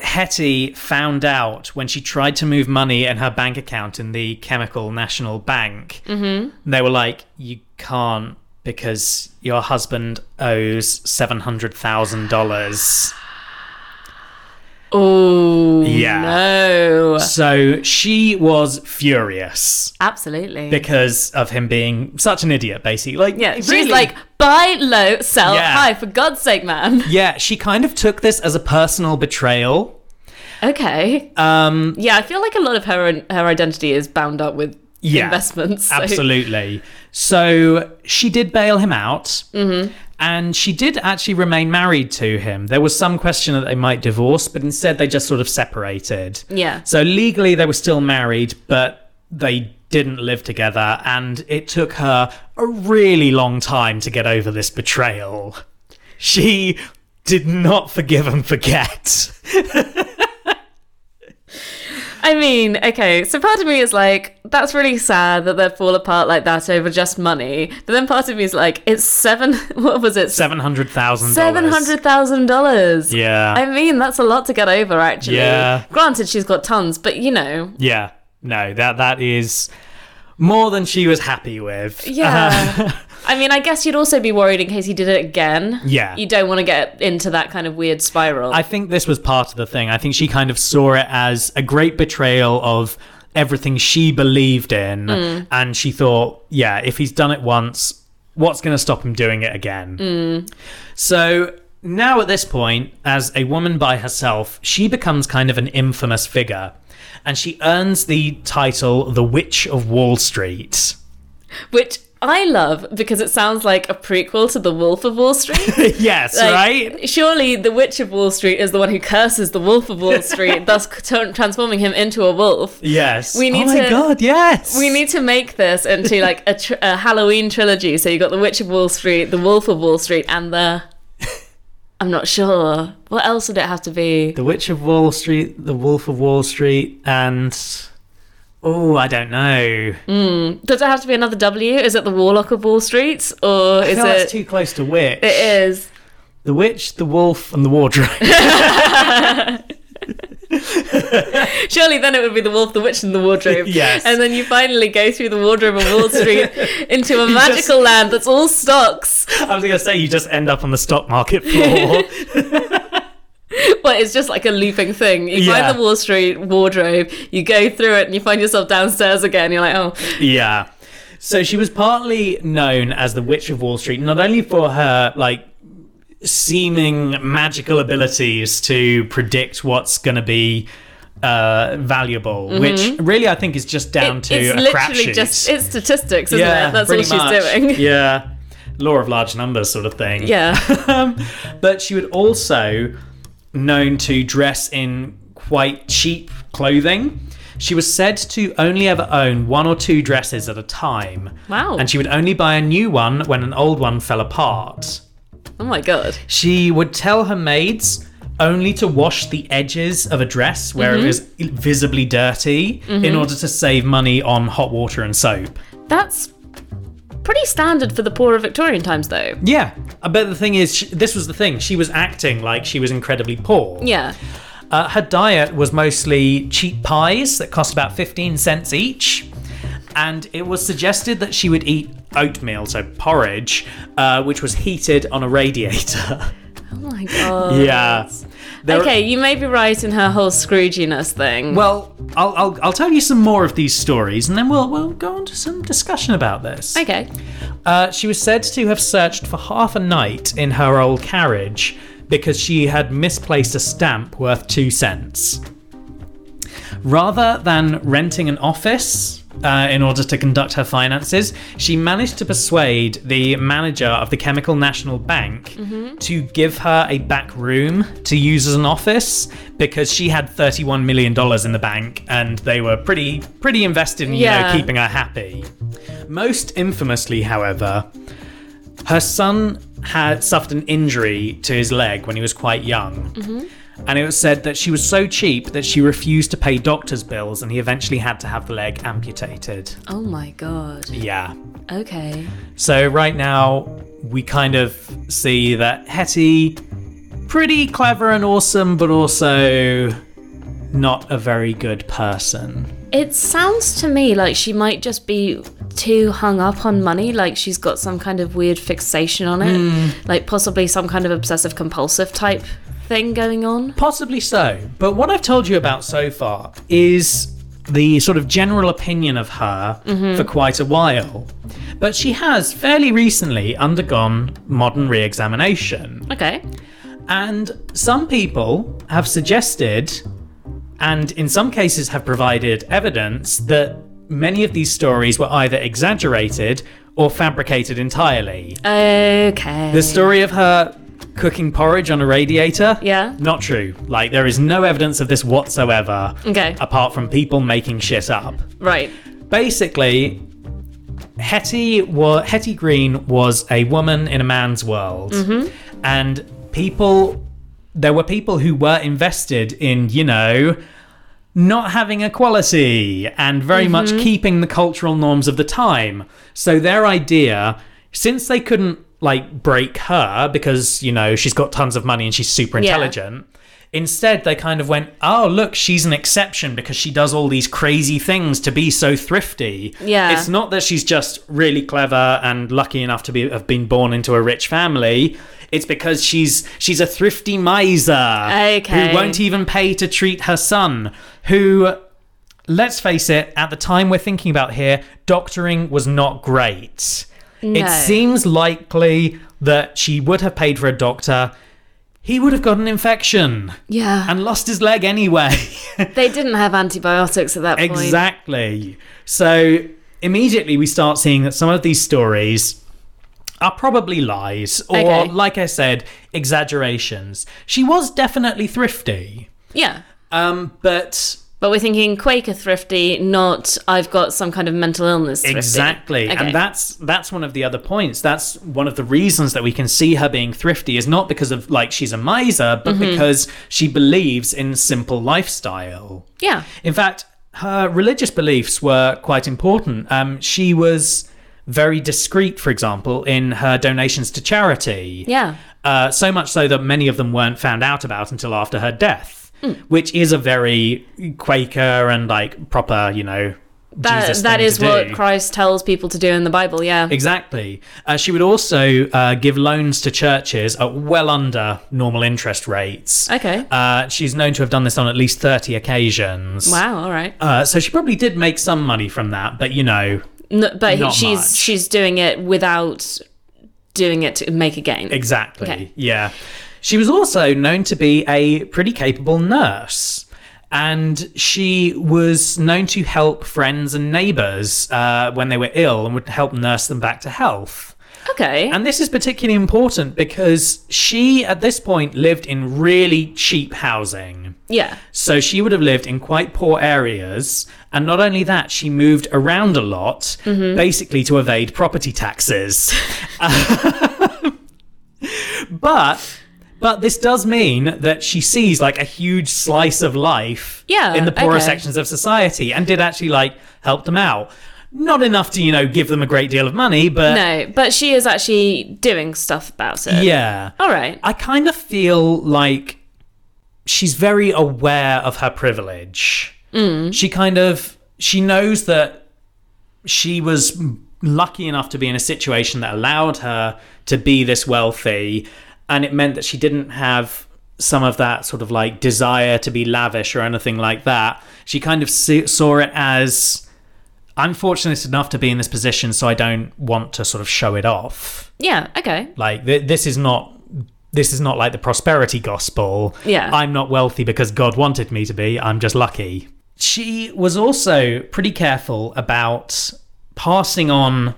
Speaker 1: Hetty found out when she tried to move money in her bank account in the Chemical National Bank. Mm-hmm. They were like, "You can't because your husband owes seven hundred thousand dollars."
Speaker 2: Oh
Speaker 1: Yeah.
Speaker 2: no.
Speaker 1: So she was furious
Speaker 2: Absolutely.
Speaker 1: because of him being such an idiot. Basically, like
Speaker 2: yeah, she's
Speaker 1: really-
Speaker 2: like buy low, sell
Speaker 1: Yeah.
Speaker 2: high for God's sake, man.
Speaker 1: yeah. She kind of took this as a personal betrayal.
Speaker 2: Okay.
Speaker 1: Um,
Speaker 2: yeah, I feel like a lot of her her identity is bound up with
Speaker 1: Yeah,
Speaker 2: investments. so-
Speaker 1: Absolutely. So she did bail him out,
Speaker 2: Mm-hmm.
Speaker 1: and she did actually remain married to him. There was some question that they might divorce, but instead they just sort of separated.
Speaker 2: Yeah.
Speaker 1: So legally they were still married, but they didn't live together, and it took her a really long time to get over this betrayal. She did not forgive and forget.
Speaker 2: I mean, okay, so part of me is like, that's really sad that they fall apart like that over just money. But then part of me is like, it's seven, what was it?
Speaker 1: Seven hundred thousand.
Speaker 2: Seven hundred thousand dollars.
Speaker 1: Yeah.
Speaker 2: I mean, that's a lot to get over, actually.
Speaker 1: Yeah.
Speaker 2: Granted, she's got tons, but you know,
Speaker 1: Yeah. No, that that is more than she was happy with.
Speaker 2: yeah.
Speaker 1: Uh,
Speaker 2: I mean, I guess you'd also be worried in case he did it again.
Speaker 1: Yeah.
Speaker 2: You don't want to get into that kind of weird spiral.
Speaker 1: I think this was part of the thing. I think she kind of saw it as a great betrayal of everything she believed in
Speaker 2: Mm.
Speaker 1: and she thought, yeah, if he's done it once, what's going to stop him doing it again?
Speaker 2: Mm.
Speaker 1: So now at this point, as a woman by herself, she becomes kind of an infamous figure and she earns the title the Witch of Wall Street.
Speaker 2: which I love because it sounds like a prequel to The Wolf of Wall Street.
Speaker 1: yes,
Speaker 2: Like,
Speaker 1: right?
Speaker 2: Surely the Witch of Wall Street is the one who curses the Wolf of Wall Street, thus t- transforming him into a wolf.
Speaker 1: Yes.
Speaker 2: We
Speaker 1: oh
Speaker 2: need
Speaker 1: my
Speaker 2: to-
Speaker 1: god, yes.
Speaker 2: We need to make this into like a, tr- a Halloween trilogy. So you got the Witch of Wall Street, the Wolf of Wall Street, and the I'm not sure what else would it have to be.
Speaker 1: The Witch of Wall Street, The Wolf of Wall Street, and oh, I don't know.
Speaker 2: Does it have to be another W? Is it the Warlock of Wall Street, or
Speaker 1: I
Speaker 2: is
Speaker 1: feel
Speaker 2: it?
Speaker 1: that's too close to witch.
Speaker 2: it is.
Speaker 1: The witch, the wolf, and the wardrobe.
Speaker 2: Surely then it would be the Wolf, the Witch, and the Wardrobe.
Speaker 1: Yes.
Speaker 2: And then you finally go through the Wardrobe of Wall Street into a magical
Speaker 1: just-
Speaker 2: land that's all stocks,
Speaker 1: I was gonna say you just end up on the stock market floor.
Speaker 2: but it's just like a looping thing. You
Speaker 1: Yeah.
Speaker 2: find the Wall Street Wardrobe, you go through it, and you find yourself downstairs again. You're like, oh,
Speaker 1: yeah. So she was partly known as the Witch of Wall Street, not only for her like seeming magical abilities to predict what's gonna be uh, valuable, which really I think is just down
Speaker 2: Mm-hmm. It-
Speaker 1: to
Speaker 2: it's
Speaker 1: a
Speaker 2: literally
Speaker 1: crapshoot.
Speaker 2: just it's statistics, isn't it? That's all
Speaker 1: pretty
Speaker 2: she's
Speaker 1: much.
Speaker 2: doing.
Speaker 1: Yeah, law of large numbers sort of thing.
Speaker 2: Yeah.
Speaker 1: um, but she would also known to dress in quite cheap clothing. She was said to only ever own one or two dresses at a time.
Speaker 2: Wow.
Speaker 1: And she would only buy a new one when an old one fell apart.
Speaker 2: oh my god.
Speaker 1: She would tell her maids only to wash the edges of a dress where it was visibly dirty in order to save money on hot water and soap.
Speaker 2: That's pretty standard for the poorer Victorian times though.
Speaker 1: Yeah, uh, but the thing is, she, this was the thing. She was acting like she was incredibly poor.
Speaker 2: Yeah.
Speaker 1: Uh, her diet was mostly cheap pies that cost about 15 cents each. And it was suggested that she would eat oatmeal, so porridge, uh, which was heated on a radiator.
Speaker 2: Oh my god.
Speaker 1: yeah. There-
Speaker 2: okay, you may be right in her whole Scrooginess thing.
Speaker 1: Well, I'll, I'll, I'll tell you some more of these stories and then we'll, we'll go on to some discussion about this.
Speaker 2: okay.
Speaker 1: Uh, she was said to have searched for half a night in her old carriage because she had misplaced a stamp worth two cents. Rather than renting an office uh, in order to conduct her finances, she managed to persuade the manager of the Chemical National Bank to give her a back room to use as an office because she had $31 million in the bank and they were pretty pretty invested in you know,
Speaker 2: Yeah.
Speaker 1: keeping her happy. Most infamously, however, her son had suffered an injury to his leg when he was quite young. And it was said that she was so cheap that she refused to pay doctor's bills and he eventually had to have the leg amputated.
Speaker 2: Oh my god.
Speaker 1: Yeah.
Speaker 2: Okay.
Speaker 1: So right now, we kind of see that Hetty, pretty clever and awesome, but also not a very good person.
Speaker 2: It sounds to me like she might just be too hung up on money, like she's got some kind of weird fixation on it,
Speaker 1: Hmm.
Speaker 2: like possibly some kind of obsessive compulsive type thing going on.
Speaker 1: Possibly so. But what I've told you about so far is the sort of general opinion of her for quite a while. But she has fairly recently undergone modern re examination.
Speaker 2: Okay.
Speaker 1: And some people have suggested, and in some cases have provided evidence, that many of these stories were either exaggerated or fabricated entirely.
Speaker 2: Okay.
Speaker 1: The story of her cooking porridge on a radiator?
Speaker 2: Yeah.
Speaker 1: Not true. Like, there is no evidence of this whatsoever.
Speaker 2: Okay.
Speaker 1: Apart from people making shit up.
Speaker 2: right.
Speaker 1: Basically, Hetty, wa- Hetty Green was a woman in a man's world. And people, there were people who were invested in, you know, not having equality and very much keeping the cultural norms of the time. So their idea, since they couldn't like break her because, you know, she's got tons of money and she's super
Speaker 2: Yeah.
Speaker 1: intelligent. Instead, they kind of went, oh, look, she's an exception because she does all these crazy things to be so thrifty.
Speaker 2: Yeah.
Speaker 1: It's not that she's just really clever and lucky enough to be have been born into a rich family. It's because she's she's a thrifty miser
Speaker 2: Okay.
Speaker 1: who won't even pay to treat her son, who let's face it, at the time we're thinking about here, doctoring was not great. It seems likely that she would have paid for a doctor. He would have got an infection
Speaker 2: Yeah.
Speaker 1: and lost his leg anyway.
Speaker 2: they didn't have antibiotics at that point.
Speaker 1: Exactly. So immediately we start seeing that some of these stories are probably lies or,
Speaker 2: Okay.
Speaker 1: like I said, exaggerations. She was definitely thrifty,
Speaker 2: Yeah.
Speaker 1: um, but
Speaker 2: But we're thinking Quaker thrifty, not I've got some kind of mental illness thrifty.
Speaker 1: exactly,
Speaker 2: Okay.
Speaker 1: and that's that's one of the other points. That's one of the reasons that we can see her being thrifty is not because of like she's a miser, but
Speaker 2: Mm-hmm.
Speaker 1: because she believes in simple lifestyle.
Speaker 2: Yeah.
Speaker 1: In fact, her religious beliefs were quite important. Um, she was very discreet, for example, in her donations to charity.
Speaker 2: Yeah.
Speaker 1: Uh, so much so that many of them weren't found out about until after her death,
Speaker 2: Hmm.
Speaker 1: which is a very Quaker and like proper, you know.
Speaker 2: That,
Speaker 1: Jesus
Speaker 2: that
Speaker 1: thing
Speaker 2: is
Speaker 1: to
Speaker 2: what
Speaker 1: do.
Speaker 2: Christ tells people to do in the Bible, yeah.
Speaker 1: Exactly. Uh, she would also uh, give loans to churches at well under normal interest rates.
Speaker 2: Okay.
Speaker 1: Uh, she's known to have done this on at least 30 occasions.
Speaker 2: Wow, all right.
Speaker 1: Uh, so she probably did make some money from that, but you know,
Speaker 2: No, but he-
Speaker 1: Not
Speaker 2: she's
Speaker 1: much.
Speaker 2: she's doing it without doing it to make a gain.
Speaker 1: exactly.
Speaker 2: Okay.
Speaker 1: Yeah. She was also known to be a pretty capable nurse. And she was known to help friends and neighbors uh, when they were ill and would help nurse them back to health.
Speaker 2: okay.
Speaker 1: And this is particularly important because she, at this point, lived in really cheap housing.
Speaker 2: yeah.
Speaker 1: So she would have lived in quite poor areas. And not only that, she moved around a lot,
Speaker 2: Mm-hmm.
Speaker 1: basically to evade property taxes. but. But this does mean that she sees like a huge slice of life
Speaker 2: Yeah,
Speaker 1: in the poorer
Speaker 2: okay.
Speaker 1: sections of society and did actually like help them out. Not enough to, you know, give them a great deal of money, but
Speaker 2: No, but she is actually doing stuff about it.
Speaker 1: yeah.
Speaker 2: All right.
Speaker 1: I kind of feel like she's very aware of her privilege. She kind of she knows that she was lucky enough to be in a situation that allowed her to be this wealthy and it meant that she didn't have some of that sort of like desire to be lavish or anything like that. She kind of se- saw it as I'm fortunate enough to be in this position, so I don't want to sort of show it off.
Speaker 2: Yeah, okay.
Speaker 1: Like th- this is not this is not like the prosperity gospel.
Speaker 2: Yeah.
Speaker 1: I'm not wealthy because God wanted me to be. I'm just lucky. She was also pretty careful about passing on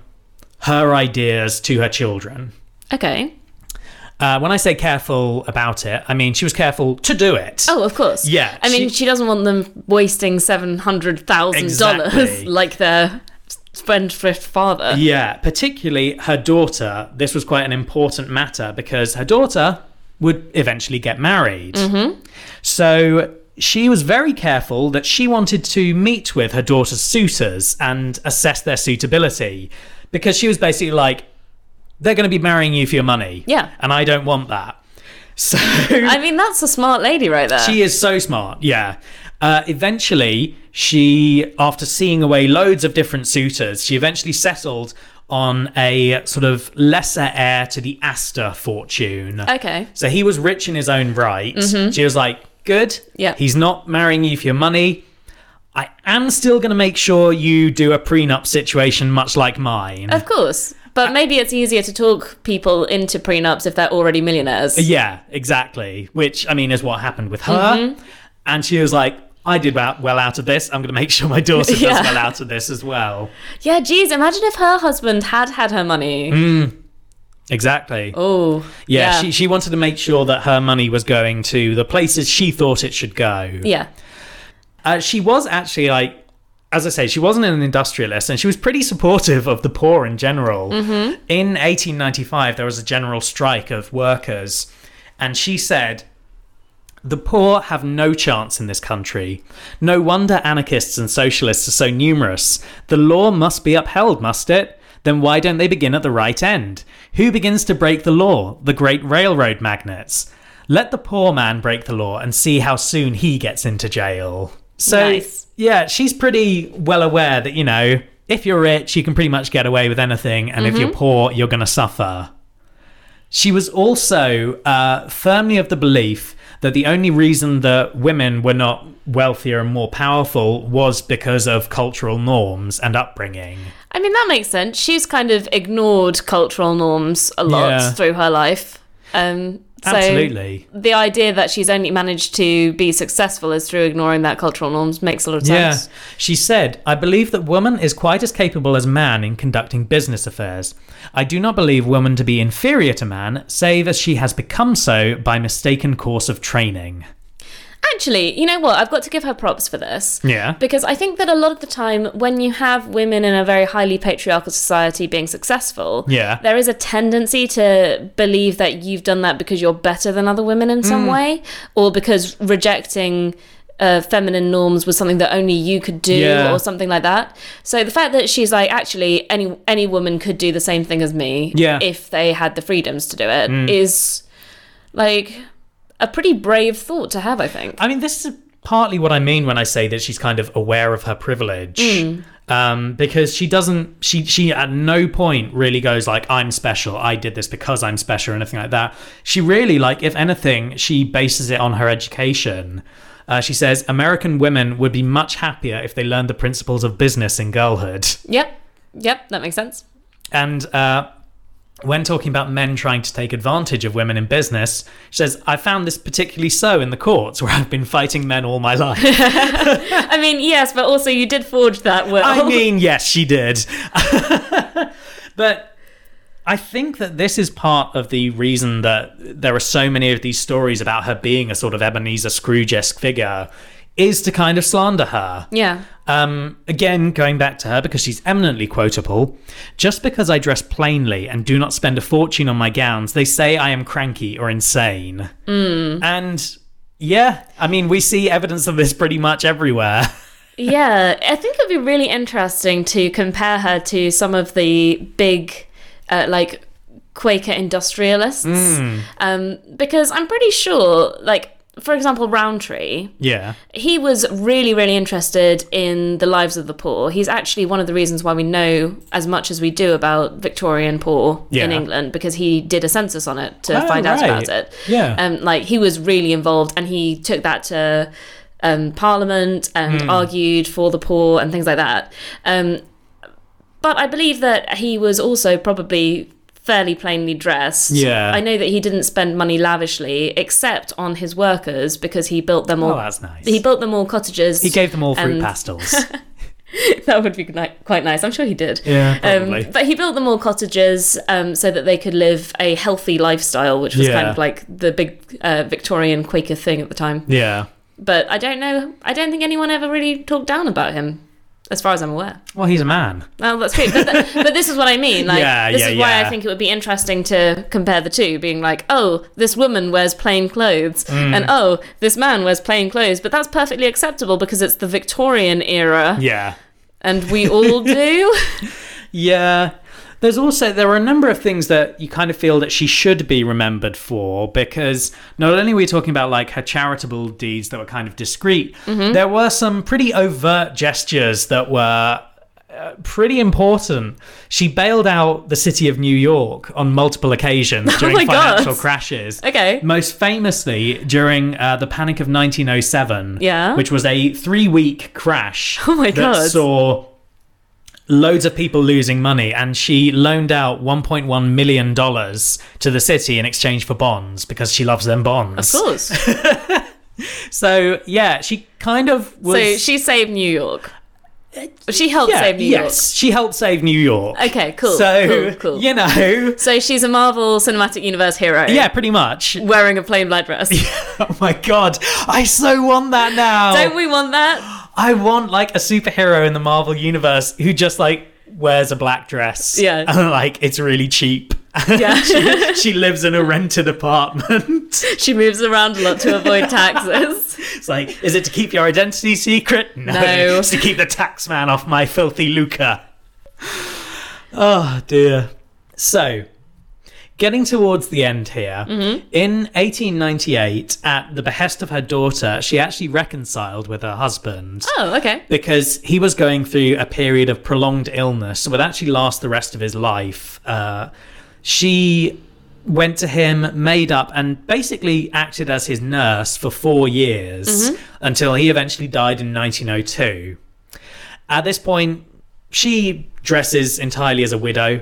Speaker 1: her ideas to her children.
Speaker 2: Okay.
Speaker 1: Uh, when I say careful about it, I mean she was careful to do it.
Speaker 2: Oh, of course.
Speaker 1: Yeah,
Speaker 2: I mean,
Speaker 1: she-
Speaker 2: she, doesn't want them wasting seven hundred thousand dollars
Speaker 1: Exactly.
Speaker 2: like their spendthrift father.
Speaker 1: Yeah, particularly her daughter. This was quite an important matter because her daughter would eventually get married. So she was very careful that she wanted to meet with her daughter's suitors and assess their suitability because she was basically like, they're going to be marrying you for your money.
Speaker 2: Yeah.
Speaker 1: And I don't want that. So
Speaker 2: I mean, that's a smart lady right there.
Speaker 1: she is so smart, yeah. Uh, eventually, she, after seeing away loads of different suitors, she eventually settled on a sort of lesser heir to the Astor fortune.
Speaker 2: okay. Mm-hmm.
Speaker 1: So he was rich in his own right. She was like, good.
Speaker 2: Yeah.
Speaker 1: He's not marrying you for your money. I am still going to make sure you do a prenup situation much like mine.
Speaker 2: Of course.
Speaker 1: Uh,
Speaker 2: But maybe it's easier to talk people into prenups if they're already millionaires.
Speaker 1: Yeah, exactly. Which I mean is what happened with her.
Speaker 2: Mm-hmm.
Speaker 1: And she was like, I did well well out of this. I'm going to make sure my daughter
Speaker 2: Yeah.
Speaker 1: does well out of this as well.
Speaker 2: Yeah, geez, imagine if her husband had had her money.
Speaker 1: Exactly.
Speaker 2: Oh.
Speaker 1: yeah,
Speaker 2: Yeah.
Speaker 1: She, she wanted to make sure that her money was going to the places she thought it should go.
Speaker 2: yeah.
Speaker 1: Uh, she was actually like, as I say, she wasn't an industrialist and she was pretty supportive of the poor in general.
Speaker 2: Mm-hmm.
Speaker 1: In 1895, there was a general strike of workers, and she said, The poor have no chance in this country. No wonder anarchists and socialists are so numerous. The law must be upheld, must it? Then why don't they begin at the right end? Who begins to break the law? The great railroad magnates. Let the poor man break the law and see how soon he gets into jail. So,
Speaker 2: Nice.
Speaker 1: yeah, she's pretty well aware that, you know, if you're rich, you can pretty much get away with anything, and if you're poor, you're going to suffer. She was also uh, firmly of the belief that the only reason that women were not wealthier and more powerful was because of cultural norms and upbringing.
Speaker 2: I mean, that makes sense. She's kind of ignored cultural norms a lot
Speaker 1: Yeah.
Speaker 2: through her life. Um, so
Speaker 1: Absolutely.
Speaker 2: The idea that she's only managed to be successful is through ignoring that cultural norms makes a lot of sense.
Speaker 1: Yeah. She said, I believe that woman is quite as capable as man in conducting business affairs. I do not believe woman to be inferior to man, save as she has become so by mistaken course of training.
Speaker 2: Actually, you know what? I've got to give her props for this.
Speaker 1: Yeah.
Speaker 2: Because I think that a lot of the time, when you have women in a very highly patriarchal society being successful,
Speaker 1: Yeah.
Speaker 2: there is a tendency to believe that you've done that because you're better than other women in some way, or because rejecting uh, feminine norms was something that only you could do,
Speaker 1: Yeah.
Speaker 2: or something like that. So the fact that she's like, actually, any any woman could do the same thing as me,
Speaker 1: Yeah. Mm.
Speaker 2: if they had the freedoms to do it, is like a pretty brave thought to have, I think.
Speaker 1: I mean, this is partly what I mean when I say that she's kind of aware of her privilege, um, because she doesn't. She she at no point really goes like, "I'm special. I did this because I'm special," or anything like that. She really like, if anything, she bases it on her education. Uh, she says American women would be much happier if they learned the principles of business in girlhood.
Speaker 2: Yep. Yep, that makes sense.
Speaker 1: And uh, when talking about men trying to take advantage of women in business, she says, I found this particularly so in the courts where I've been fighting men all my life.
Speaker 2: I mean, yes, but also you did forge that will.
Speaker 1: I mean, yes, she did. but I think that this is part of the reason that there are so many of these stories about her being a sort of Ebenezer Scrooge esque figure, is to kind of slander her.
Speaker 2: yeah.
Speaker 1: Um, again, going back to her because she's eminently quotable. Just because I dress plainly and do not spend a fortune on my gowns, they say I am cranky or insane. Hmm. And yeah, I mean, we see evidence of this pretty much everywhere.
Speaker 2: Yeah, I think it'd be really interesting to compare her to some of the big, uh, like,
Speaker 1: Hmm.
Speaker 2: Quaker industrialists. Um, because I'm pretty sure, like, for example, Roundtree,
Speaker 1: Yeah.
Speaker 2: he was really, really interested in the lives of the poor. He's actually one of the reasons why we know as much as we do about Victorian poor
Speaker 1: Yeah.
Speaker 2: in England because he did a census on it to
Speaker 1: Oh,
Speaker 2: find out
Speaker 1: right.
Speaker 2: about it.
Speaker 1: Yeah.
Speaker 2: um, like he was really involved, and he took that to um, Parliament and
Speaker 1: Hmm.
Speaker 2: argued for the poor and things like that. Um, but I believe that he was also probably fairly plainly dressed.
Speaker 1: Yeah.
Speaker 2: I know that he didn't spend money lavishly, except on his workers because he built them all.
Speaker 1: Oh, that's nice.
Speaker 2: He built them all cottages.
Speaker 1: He gave them all fruit
Speaker 2: and-
Speaker 1: pastels.
Speaker 2: that would be ni- quite nice. I'm sure he did.
Speaker 1: yeah,
Speaker 2: Um, but he built them all cottages um, so that they could live a healthy lifestyle, which was
Speaker 1: Yeah.
Speaker 2: kind of like the big uh, Victorian Quaker thing at the time.
Speaker 1: yeah.
Speaker 2: But I don't know. I don't think anyone ever really talked down about him, as far as I'm aware.
Speaker 1: Well, he's a man.
Speaker 2: Well, that's true. But, th- but this is what I mean. Like,
Speaker 1: Yeah,
Speaker 2: this
Speaker 1: yeah,
Speaker 2: is why
Speaker 1: yeah.
Speaker 2: I think it would be interesting to compare the two, being like, oh, this woman wears plain clothes,
Speaker 1: Mm.
Speaker 2: and oh, this man wears plain clothes. But that's perfectly acceptable because it's the Victorian era,
Speaker 1: Yeah.
Speaker 2: and we all do.
Speaker 1: Yeah. There's also there are a number of things that you kind of feel that she should be remembered for because not only were we talking about like her charitable deeds that were kind of discreet,
Speaker 2: Mm-hmm.
Speaker 1: there were some pretty overt gestures that were uh, pretty important. She bailed out the city of New York on multiple occasions during
Speaker 2: Oh my God.
Speaker 1: financial crashes.
Speaker 2: Okay.
Speaker 1: Most famously during uh, the Panic of 1907,
Speaker 2: Yeah.
Speaker 1: which was a three-week crash
Speaker 2: Oh my
Speaker 1: that
Speaker 2: God.
Speaker 1: saw loads of people losing money and she loaned out 1.1 million dollars to the city in exchange for bonds because she loves them bonds.
Speaker 2: Of course.
Speaker 1: So, yeah, she kind of was Uh,
Speaker 2: so she saved New York. She helped
Speaker 1: yeah,
Speaker 2: save New
Speaker 1: yes, she helped save New York.
Speaker 2: York. Okay, cool.
Speaker 1: So,
Speaker 2: cool, cool.
Speaker 1: you know,
Speaker 2: So she's a Marvel Cinematic Universe hero.
Speaker 1: yeah, pretty much.
Speaker 2: Wearing a plain black dress.
Speaker 1: Oh my god, I so want that now.
Speaker 2: Don't we want that?
Speaker 1: I want like a superhero in the Marvel universe who just like wears a black dress.
Speaker 2: Yeah.
Speaker 1: And like it's really cheap.
Speaker 2: Yeah.
Speaker 1: she lives in a rented apartment.
Speaker 2: she moves around a lot to avoid taxes.
Speaker 1: It's like, is it to keep your identity secret? No.
Speaker 2: No.
Speaker 1: It's to keep the tax man off my filthy lucre. Oh dear. So, getting towards the end here, in 1898, at the behest of her daughter, she actually reconciled with her husband.
Speaker 2: Oh, okay.
Speaker 1: because he was going through a period of prolonged illness that would actually last the rest of his life. Uh, she went to him, made up, and basically acted as his nurse for four years until he eventually died in 1902. At this point, she dresses entirely as a widow.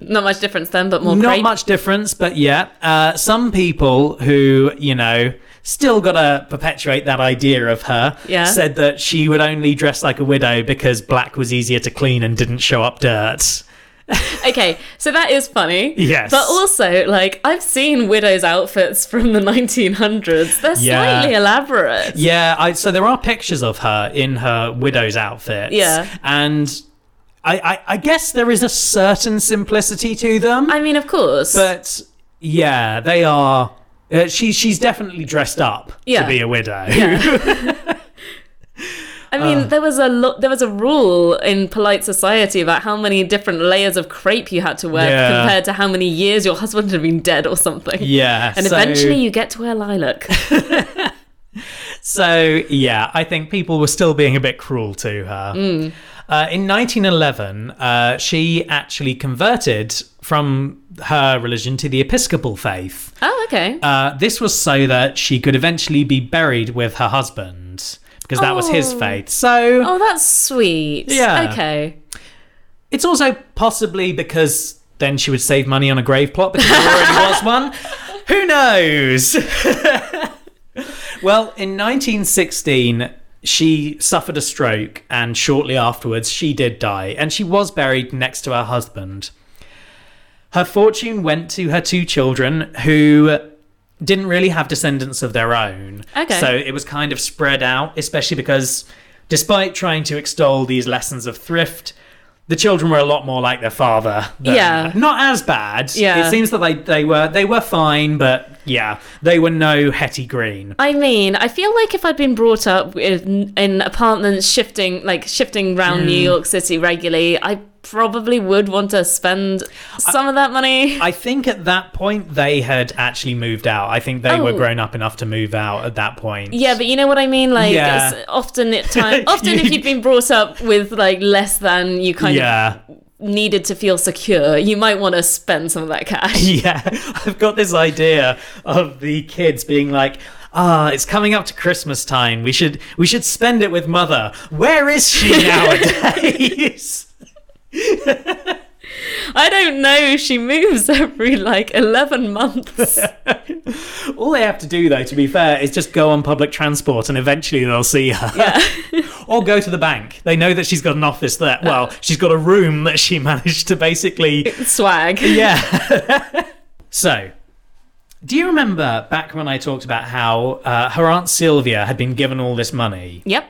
Speaker 2: Not much difference then, but more
Speaker 1: Not
Speaker 2: great.
Speaker 1: much difference, but yeah. Uh, some people who, you know, still got to perpetuate that idea of her
Speaker 2: Yeah.
Speaker 1: said that she would only dress like a widow because black was easier to clean and didn't show up dirt.
Speaker 2: Okay, so that is funny.
Speaker 1: Yes.
Speaker 2: But also, like, I've seen widows' outfits from the 1900s. They're
Speaker 1: Yeah.
Speaker 2: slightly elaborate.
Speaker 1: Yeah, I, so there are pictures of her in her widow's outfit.
Speaker 2: Yeah.
Speaker 1: And I, I, I guess there is a certain simplicity to them.
Speaker 2: I mean, of course.
Speaker 1: but yeah, they are. Uh, she, she's definitely dressed up
Speaker 2: Yeah.
Speaker 1: to be a widow.
Speaker 2: I
Speaker 1: Ah.
Speaker 2: mean, there was a lo- there was a rule in polite society about how many different layers of crepe you had to wear
Speaker 1: Yeah.
Speaker 2: compared to how many years your husband had been dead or something.
Speaker 1: yeah.
Speaker 2: And
Speaker 1: so-
Speaker 2: eventually, you get to wear lilac.
Speaker 1: So, yeah, I think people were still being a bit cruel to her. Uh, in 1911, uh, she actually converted from her religion to the Episcopal faith.
Speaker 2: oh, okay.
Speaker 1: Uh, this was so that she could eventually be buried with her husband, because that was his
Speaker 2: Oh.
Speaker 1: faith. So,
Speaker 2: oh, that's sweet.
Speaker 1: Yeah.
Speaker 2: Okay.
Speaker 1: it's also possibly because then she would save money on a grave plot because there already was one. Who knows? well, in 1916, she suffered a stroke, and shortly afterwards, she did die, and she was buried next to her husband. Her fortune went to her two children, who didn't really have descendants of their own.
Speaker 2: Okay.
Speaker 1: So it was kind of spread out, especially because despite trying to extol these lessons of thrift, the children were a lot more like their father. than-
Speaker 2: Yeah.
Speaker 1: Not as bad.
Speaker 2: Yeah.
Speaker 1: It seems that they, they were they were fine, but yeah, they were no Hetty Green.
Speaker 2: I mean, I feel like if I'd been brought
Speaker 1: Hmm.
Speaker 2: up in, in apartments shifting, like shifting around New York City regularly, I probably would want to spend some of that money.
Speaker 1: I think at that point they had actually moved out. I think they were
Speaker 2: Oh.
Speaker 1: grown up enough to move out at that point.
Speaker 2: Yeah, but you know what I mean. Like,
Speaker 1: Yeah.
Speaker 2: it's often at time, often if
Speaker 1: You-
Speaker 2: you've been brought up with like less than you kind of
Speaker 1: yeah.
Speaker 2: needed to feel secure, you might want to spend some of that cash.
Speaker 1: Yeah, I've got this idea of the kids being like, "Ah, it's coming up to Christmas time. We should we should spend it with mother. Where is she nowadays?"
Speaker 2: I don't know. She moves every like eleven months.
Speaker 1: All they have to do, though, to be fair, is just go on public transport, and eventually they'll see her.
Speaker 2: yeah.
Speaker 1: or go to the bank. They know that she's got an office there.
Speaker 2: Uh.
Speaker 1: Well, she's got a room that she managed to basically.
Speaker 2: Swag.
Speaker 1: Yeah. so, do you remember back when I talked about how uh, her aunt Sylvia had been given all this money?
Speaker 2: Yep.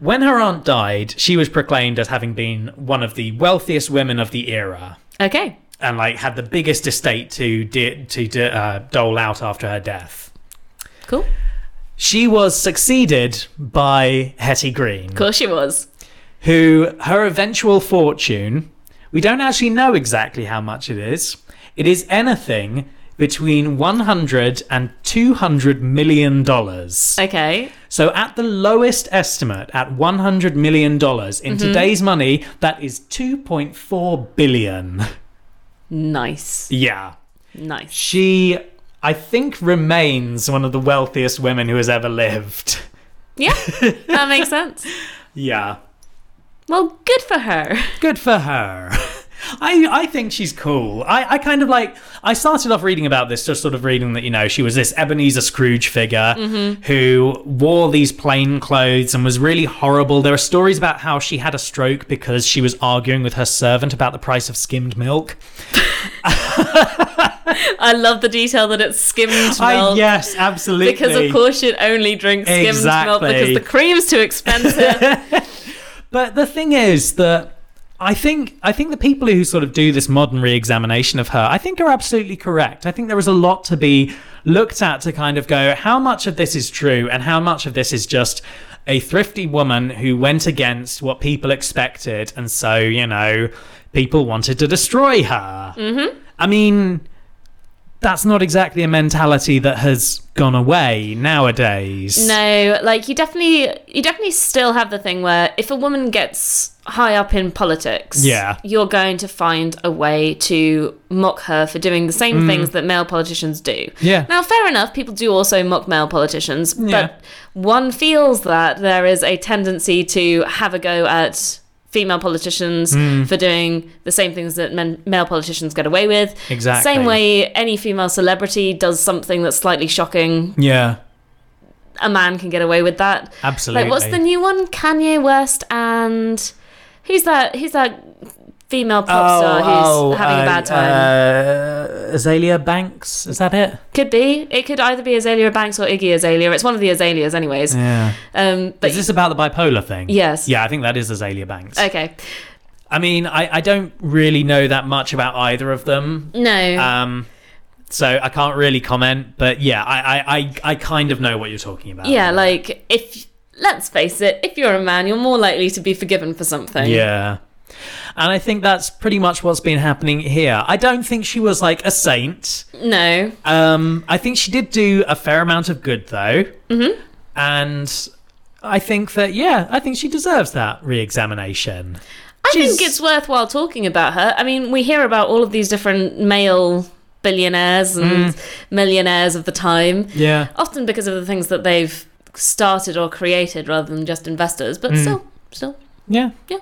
Speaker 1: When her aunt died, she was proclaimed as having been one of the wealthiest women of the era
Speaker 2: Okay.
Speaker 1: and like had the biggest estate to di- to di- uh, dole out after her death.
Speaker 2: Cool.
Speaker 1: She was succeeded by Hetty Green,
Speaker 2: Of course she was.
Speaker 1: who her eventual fortune, we don't actually know exactly how much it is. It is anything between 100 and 200 million dollars.
Speaker 2: Okay.
Speaker 1: So, at the lowest estimate, at $100 million in today's money, that is $2.4 billion.
Speaker 2: Nice.
Speaker 1: Yeah.
Speaker 2: Nice.
Speaker 1: She, I think, remains one of the wealthiest women who has ever lived.
Speaker 2: Yeah. That makes sense.
Speaker 1: Yeah.
Speaker 2: Well, good for her.
Speaker 1: Good for her. I, I think she's cool. I, I kind of like. I started off reading about this, just sort of reading that, you know, she was this Ebenezer Scrooge figure
Speaker 2: Mm-hmm.
Speaker 1: who wore these plain clothes and was really horrible. There are stories about how she had a stroke because she was arguing with her servant about the price of skimmed milk.
Speaker 2: I love the detail that it's skimmed milk.
Speaker 1: I, Ah, yes, absolutely.
Speaker 2: Because of course she'd only drink skimmed milk
Speaker 1: Exactly.
Speaker 2: because the cream's too expensive.
Speaker 1: But the thing is that I think I think the people who sort of do this modern re-examination of her, I think are absolutely correct. I think there is a lot to be looked at to kind of go, how much of this is true and how much of this is just a thrifty woman who went against what people expected, and so you know, people wanted to destroy her.
Speaker 2: Mm-hmm.
Speaker 1: I mean. That's not exactly a mentality that has gone away nowadays.
Speaker 2: no, like you definitely you definitely still have the thing where if a woman gets high up in politics,
Speaker 1: Yeah.
Speaker 2: you're going to find a way to mock her for doing the same things that male politicians do.
Speaker 1: Mm. Yeah.
Speaker 2: Now fair enough, people do also mock male politicians,
Speaker 1: Yeah.
Speaker 2: but one feels that there is a tendency to have a go at female politicians
Speaker 1: Hmm.
Speaker 2: for doing the same things that men, male politicians get away with.
Speaker 1: Exactly.
Speaker 2: Same way any female celebrity does something that's slightly shocking,
Speaker 1: Yeah.
Speaker 2: a man can get away with that.
Speaker 1: Absolutely.
Speaker 2: Like what's the new one? Kanye West and who's that who's that female pop star who's having a bad time?
Speaker 1: Oh, Uh, Azalea Banks, is that it?
Speaker 2: could be. It could either be Azalea Banks or Iggy Azalea. It's one of the Azaleas anyways.
Speaker 1: Yeah.
Speaker 2: Um but
Speaker 1: Is this about the bipolar thing?
Speaker 2: Yes.
Speaker 1: Yeah, I think that is Azalea Banks.
Speaker 2: okay.
Speaker 1: I mean, I, I don't really know that much about either of them,
Speaker 2: No.
Speaker 1: um, so I can't really comment. But yeah, I, I, I, I kind of know what you're talking about.
Speaker 2: yeah, like if let's face it, if you're a man, you're more likely to be forgiven for something.
Speaker 1: Yeah. And I think that's pretty much what's been happening here. I don't think she was like a saint.
Speaker 2: No.
Speaker 1: Um, I think she did do a fair amount of good though, mm-hmm. and I think that yeah, I think she deserves that re-examination.
Speaker 2: I
Speaker 1: She's-
Speaker 2: think it's worthwhile talking about her. I mean, we hear about all of these different male billionaires and
Speaker 1: Hmm.
Speaker 2: millionaires of the time,
Speaker 1: Yeah,
Speaker 2: often because of the things that they've started or created rather than just investors, but
Speaker 1: Mm.
Speaker 2: still, still.
Speaker 1: yeah,
Speaker 2: Yeah.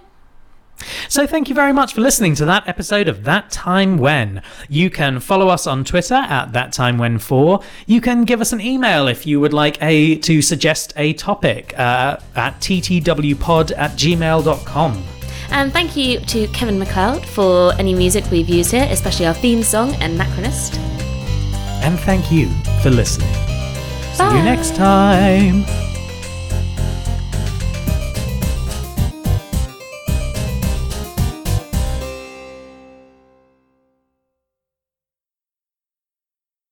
Speaker 1: So thank you very much for listening to that episode of That Time When. You can follow us on Twitter at That Time When Four. You can give us an email if you would like a to suggest a topic uh, at ttwpod at gmail.com.
Speaker 2: And thank you to Kevin McLeod for any music we've used here, especially our theme song, Anachronist.
Speaker 1: And thank you for listening. See
Speaker 2: Bye.
Speaker 1: you next time.